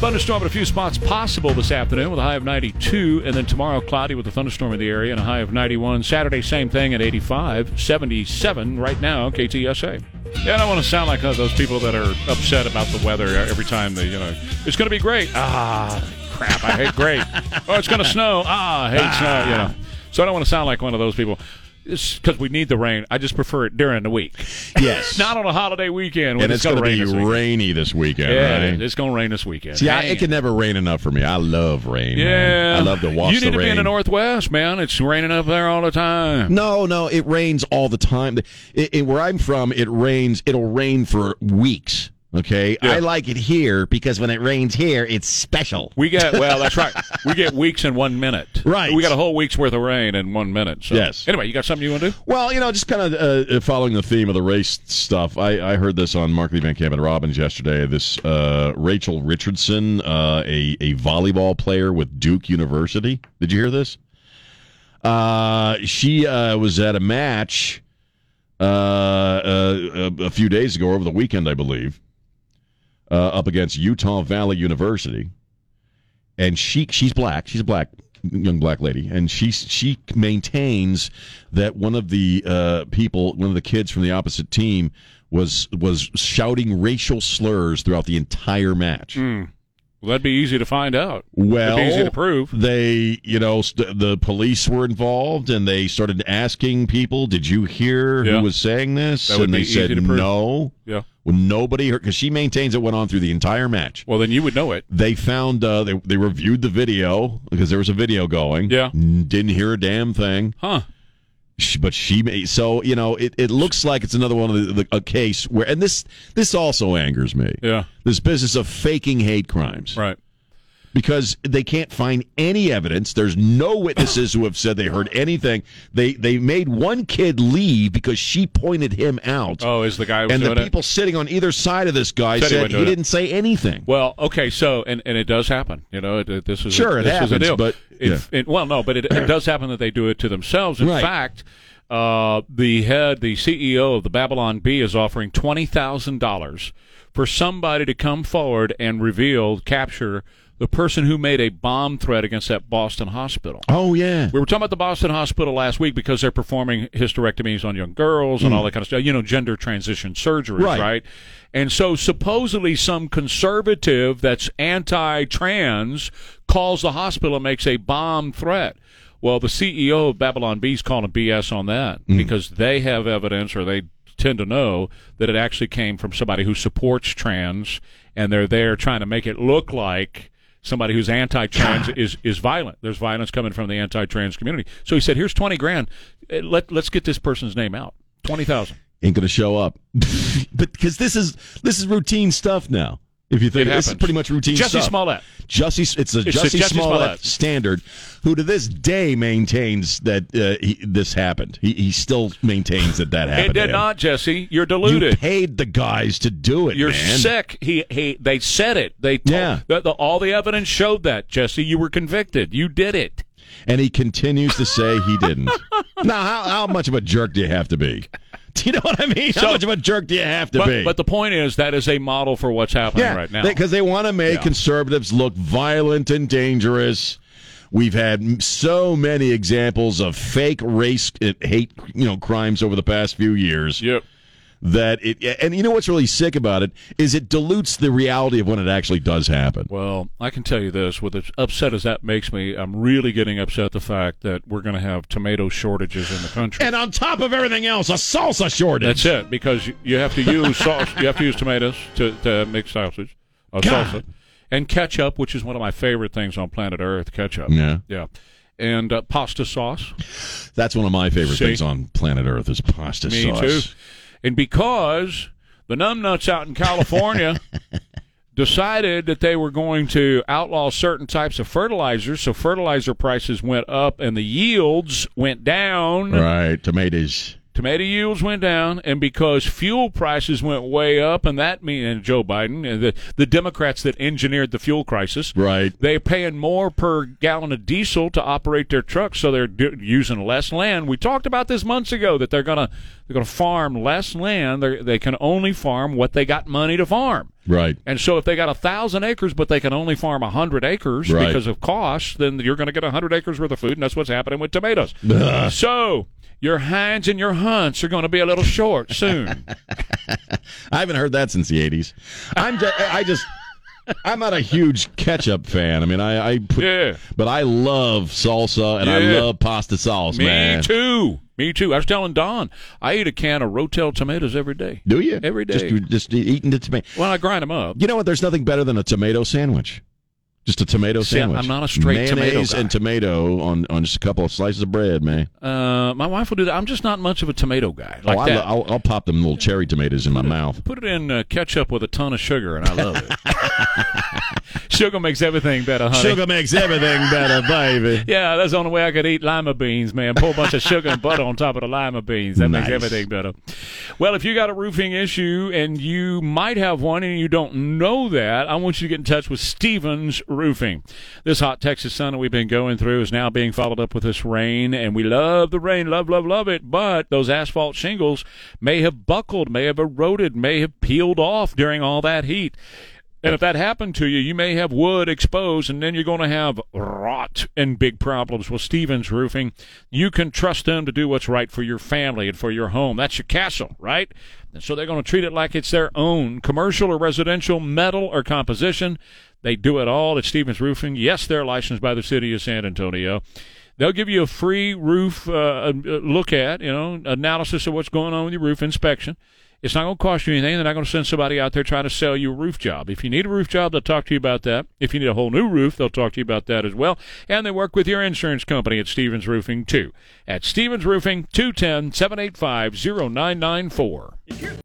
[SPEAKER 2] Thunderstorm at a few spots possible this afternoon with a high of 92, and then tomorrow cloudy with a thunderstorm in the area and a high of 91. Saturday, same thing at 85, 77 right now, KTSA. Yeah, I don't want to sound like uh, those people that are upset about the weather every time they, you know, it's going to be great. Ah, crap, I hate great. oh, it's going to snow. Ah, I hate snow, you know. So I don't want to sound like one of those people. Because we need the rain. I just prefer it during the week.
[SPEAKER 3] Yes,
[SPEAKER 2] Not on a holiday weekend when
[SPEAKER 3] and
[SPEAKER 2] it's,
[SPEAKER 3] it's,
[SPEAKER 2] going
[SPEAKER 3] gonna be
[SPEAKER 2] to rain this weekend.
[SPEAKER 3] rainy this weekend.
[SPEAKER 2] Yeah,
[SPEAKER 3] right?
[SPEAKER 2] it is. it's going to rain this weekend.
[SPEAKER 3] Yeah,
[SPEAKER 2] Man.
[SPEAKER 3] it can never rain enough for me. I love rain. man.
[SPEAKER 2] Yeah,
[SPEAKER 3] I love to watch
[SPEAKER 2] You need
[SPEAKER 3] the
[SPEAKER 2] to
[SPEAKER 3] rain.
[SPEAKER 2] be in the Northwest, man. It's raining up there all the time.
[SPEAKER 3] No, no, it rains all the time. It, it- where I'm from, it rains. It'll rain for weeks. Okay, I like it here because when it rains here, it's special.
[SPEAKER 2] We get well. That's right. We get weeks in one minute.
[SPEAKER 3] Right.
[SPEAKER 2] We got a whole week's worth of rain in one minute. So.
[SPEAKER 3] Yes.
[SPEAKER 2] Anyway, you got something you want to do?
[SPEAKER 3] Well, you know, just kind of uh, following the theme of the race stuff, I, I heard this on Markley Van Camp and Robbins yesterday. This uh, Rachel Richardson, uh, a, a volleyball player with Duke University. Did you hear this? Uh, she uh, was at a match uh, uh, a, a few days ago, over the weekend, I believe, uh, up against Utah Valley University and she she's black. She's a black young black lady, and she she maintains that one of the uh, people, one of the kids from the opposite team, was was shouting racial slurs throughout the entire match.
[SPEAKER 2] Well, that'd be easy to find out.
[SPEAKER 3] Well,
[SPEAKER 2] It'd be easy to prove.
[SPEAKER 3] They, you know, st- the police were involved, and they started asking people, "Did you hear
[SPEAKER 2] Yeah.
[SPEAKER 3] who was saying this?"
[SPEAKER 2] That would
[SPEAKER 3] and
[SPEAKER 2] be
[SPEAKER 3] they
[SPEAKER 2] easy
[SPEAKER 3] said
[SPEAKER 2] to prove.
[SPEAKER 3] no.
[SPEAKER 2] Yeah.
[SPEAKER 3] Well, nobody heard because she maintains it went on through the entire match
[SPEAKER 2] Well, then you would know it.
[SPEAKER 3] they found uh, they they reviewed the video because there was a video going.
[SPEAKER 2] Yeah.
[SPEAKER 3] N- didn't hear a damn thing.
[SPEAKER 2] Huh.
[SPEAKER 3] Sh- But she made so you know it, it looks like it's another one of the, the a case where and this this also angers me.
[SPEAKER 2] Yeah.
[SPEAKER 3] This business of faking hate crimes.
[SPEAKER 2] Right.
[SPEAKER 3] because they can't find any evidence. There's no witnesses who have said they heard anything. They they made one kid leave because she pointed him out.
[SPEAKER 2] Oh, is the guy who was
[SPEAKER 3] and the
[SPEAKER 2] doing it?
[SPEAKER 3] people sitting on either side of this guy
[SPEAKER 2] Said he
[SPEAKER 3] said,
[SPEAKER 2] wasn't
[SPEAKER 3] he,
[SPEAKER 2] doing it.
[SPEAKER 3] didn't say anything.
[SPEAKER 2] Well, okay, so and, and it does happen. You know, it, it- this is
[SPEAKER 3] Sure, it
[SPEAKER 2] this is a
[SPEAKER 3] happens,
[SPEAKER 2] deal.
[SPEAKER 3] but-
[SPEAKER 2] It- it- well, no, but it, it does happen that they do it to themselves. In
[SPEAKER 3] Right.
[SPEAKER 2] fact, uh, the head, the CEO of the Babylon Bee, is offering twenty thousand dollars for somebody to come forward and reveal, capture the person who made a bomb threat against that Boston hospital.
[SPEAKER 3] Oh yeah.
[SPEAKER 2] We were talking about the Boston Hospital last week because they're performing hysterectomies on young girls
[SPEAKER 3] Hmm.
[SPEAKER 2] and all that kind of stuff. You know, gender transition surgeries,
[SPEAKER 3] Right.
[SPEAKER 2] right? And so supposedly some conservative that's anti-trans calls the hospital and makes a bomb threat. Well, the CEO of Babylon B is calling BS on that because they have evidence or they tend to know that it actually came from somebody who supports trans and they're there trying to make it look like somebody who's anti-trans is is violent. There's violence coming from the anti-trans community. So he said, "Here's twenty grand. Uh, Let let's get this person's name out. Twenty thousand.
[SPEAKER 3] Ain't gonna show up. but because this is this is routine stuff now. If you think
[SPEAKER 2] It
[SPEAKER 3] this is
[SPEAKER 2] happens.
[SPEAKER 3] pretty much routine
[SPEAKER 2] Jussie
[SPEAKER 3] stuff.
[SPEAKER 2] Smollett.
[SPEAKER 3] Jussie, it's a
[SPEAKER 2] It's a
[SPEAKER 3] Jussie,
[SPEAKER 2] Jussie
[SPEAKER 3] Smollett,
[SPEAKER 2] Smollett.
[SPEAKER 3] standard, who to this day maintains that uh, he, this happened. He, he still maintains that that happened.
[SPEAKER 2] It
[SPEAKER 3] to
[SPEAKER 2] did
[SPEAKER 3] him.
[SPEAKER 2] not, Jesse. You're
[SPEAKER 3] You
[SPEAKER 2] deluded.
[SPEAKER 3] paid the guys to do it.
[SPEAKER 2] You're
[SPEAKER 3] man.
[SPEAKER 2] sick. He he. They said it. They told,
[SPEAKER 3] Yeah.
[SPEAKER 2] the, the, all the evidence showed that Jesse. You were convicted. You did it.
[SPEAKER 3] and he continues to say he didn't. now, how, how much of a jerk do you have to be? Do you know what I mean? how
[SPEAKER 2] So-
[SPEAKER 3] much of a jerk do you have to be?
[SPEAKER 2] But, but the point is that is a model for what's happening
[SPEAKER 3] yeah,
[SPEAKER 2] right now.
[SPEAKER 3] because they, want to make
[SPEAKER 2] Yeah.
[SPEAKER 3] conservatives look violent and dangerous. We've had m- so many examples of fake race uh, hate, you know, crimes over the past few years
[SPEAKER 2] yep.
[SPEAKER 3] that it. And you know what's really sick about it is it dilutes the reality of when it actually does happen.
[SPEAKER 2] Well, I can tell you this: with as upset as that makes me, I'm really getting upset the fact that we're going to have tomato shortages in the country.
[SPEAKER 3] And on top of everything else, a salsa shortage.
[SPEAKER 2] That's it, because you- you have to use sauce. You have to use tomatoes to, to make sausage, uh,
[SPEAKER 3] God.
[SPEAKER 2] salsa, and ketchup, which is one of my favorite things on planet Earth. Ketchup.
[SPEAKER 3] Yeah.
[SPEAKER 2] yeah, and uh, pasta sauce.
[SPEAKER 3] That's one of my favorite
[SPEAKER 2] See?
[SPEAKER 3] things on planet Earth is pasta
[SPEAKER 2] Me
[SPEAKER 3] sauce.
[SPEAKER 2] too. And because the numbnuts out in California decided that they were going to outlaw certain types of fertilizers, so fertilizer prices went up and the yields went down.
[SPEAKER 3] Right, tomatoes.
[SPEAKER 2] Tomato yields went down, and because fuel prices went way up, and that mean and Joe Biden and the the Democrats that engineered the fuel crisis,
[SPEAKER 3] Right.
[SPEAKER 2] They're paying more per gallon of diesel to operate their trucks, so they're do- using less land. We talked about this months ago that they're gonna they're gonna farm less land. They they can only farm what they got money to farm.
[SPEAKER 3] Right.
[SPEAKER 2] And so if they got a thousand acres, but they can only farm a hundred acres
[SPEAKER 3] Right.
[SPEAKER 2] because of cost, then you're going to get a hundred acres worth of food, and that's what's happening with tomatoes. So your hinds and your hunts are going to be a little short soon.
[SPEAKER 3] I haven't heard that since the 80s. I'm just, I just I'm not a huge ketchup fan. I mean, I, I put,
[SPEAKER 2] Yeah.
[SPEAKER 3] but I love salsa and I
[SPEAKER 2] Yeah.
[SPEAKER 3] love pasta sauce,
[SPEAKER 2] Me
[SPEAKER 3] man.
[SPEAKER 2] too. Me too. I was telling Don, I eat a can of Rotel tomatoes every day.
[SPEAKER 3] Do you
[SPEAKER 2] Every day.
[SPEAKER 3] Just, you- just eating the tomato.
[SPEAKER 2] Well, I grind them up.
[SPEAKER 3] You know what? There's nothing better than a tomato sandwich. Just a tomato
[SPEAKER 2] See, I'm-
[SPEAKER 3] sandwich.
[SPEAKER 2] I'm not a straight tomato
[SPEAKER 3] Mayonnaise
[SPEAKER 2] guy.
[SPEAKER 3] and tomato on, on just a couple of slices of bread, man.
[SPEAKER 2] Uh, my wife will do that. I'm just not much of a tomato guy like
[SPEAKER 3] oh, I
[SPEAKER 2] that.
[SPEAKER 3] lo- I'll, I'll pop them little cherry tomatoes in my mouth.
[SPEAKER 2] Put it in uh, ketchup with a ton of sugar, and I love it. sugar makes everything better, honey.
[SPEAKER 3] makes everything better, baby.
[SPEAKER 2] Yeah, that's the only way I could eat lima beans, man. Pour a bunch of sugar and butter on top of the lima beans. That
[SPEAKER 3] Nice.
[SPEAKER 2] makes everything better. Well, if you got a roofing issue and you might have one and you don't know that, I want you to get in touch with Stevens Roofing. This hot Texas sun that we've been going through is now being followed up with this rain, and we love the rain, love, love, love it. But those asphalt shingles may have buckled, may have eroded, may have peeled off during all that heat. And if that happened to you, you may have wood exposed, and then you're going to have rot and big problems. Well, Stevens Roofing, you can trust them to do what's right for your family and for your home. That's your castle, right? And so they're going to treat it like it's their own commercial or residential, metal or composition. They do it all at Stevens Roofing. Yes, they're licensed by the city of San Antonio. They'll give you a free roof uh, uh, look at, you know, analysis of what's going on with your roof inspection. It's not going to cost you anything. They're not going to send somebody out there trying to sell you a roof job. If you need a roof job, they'll talk to you about that. If you need a whole new roof, they'll talk to you about that as well. And they work with your insurance company at Stevens Roofing, too. At Stevens Roofing, 210 785 0994.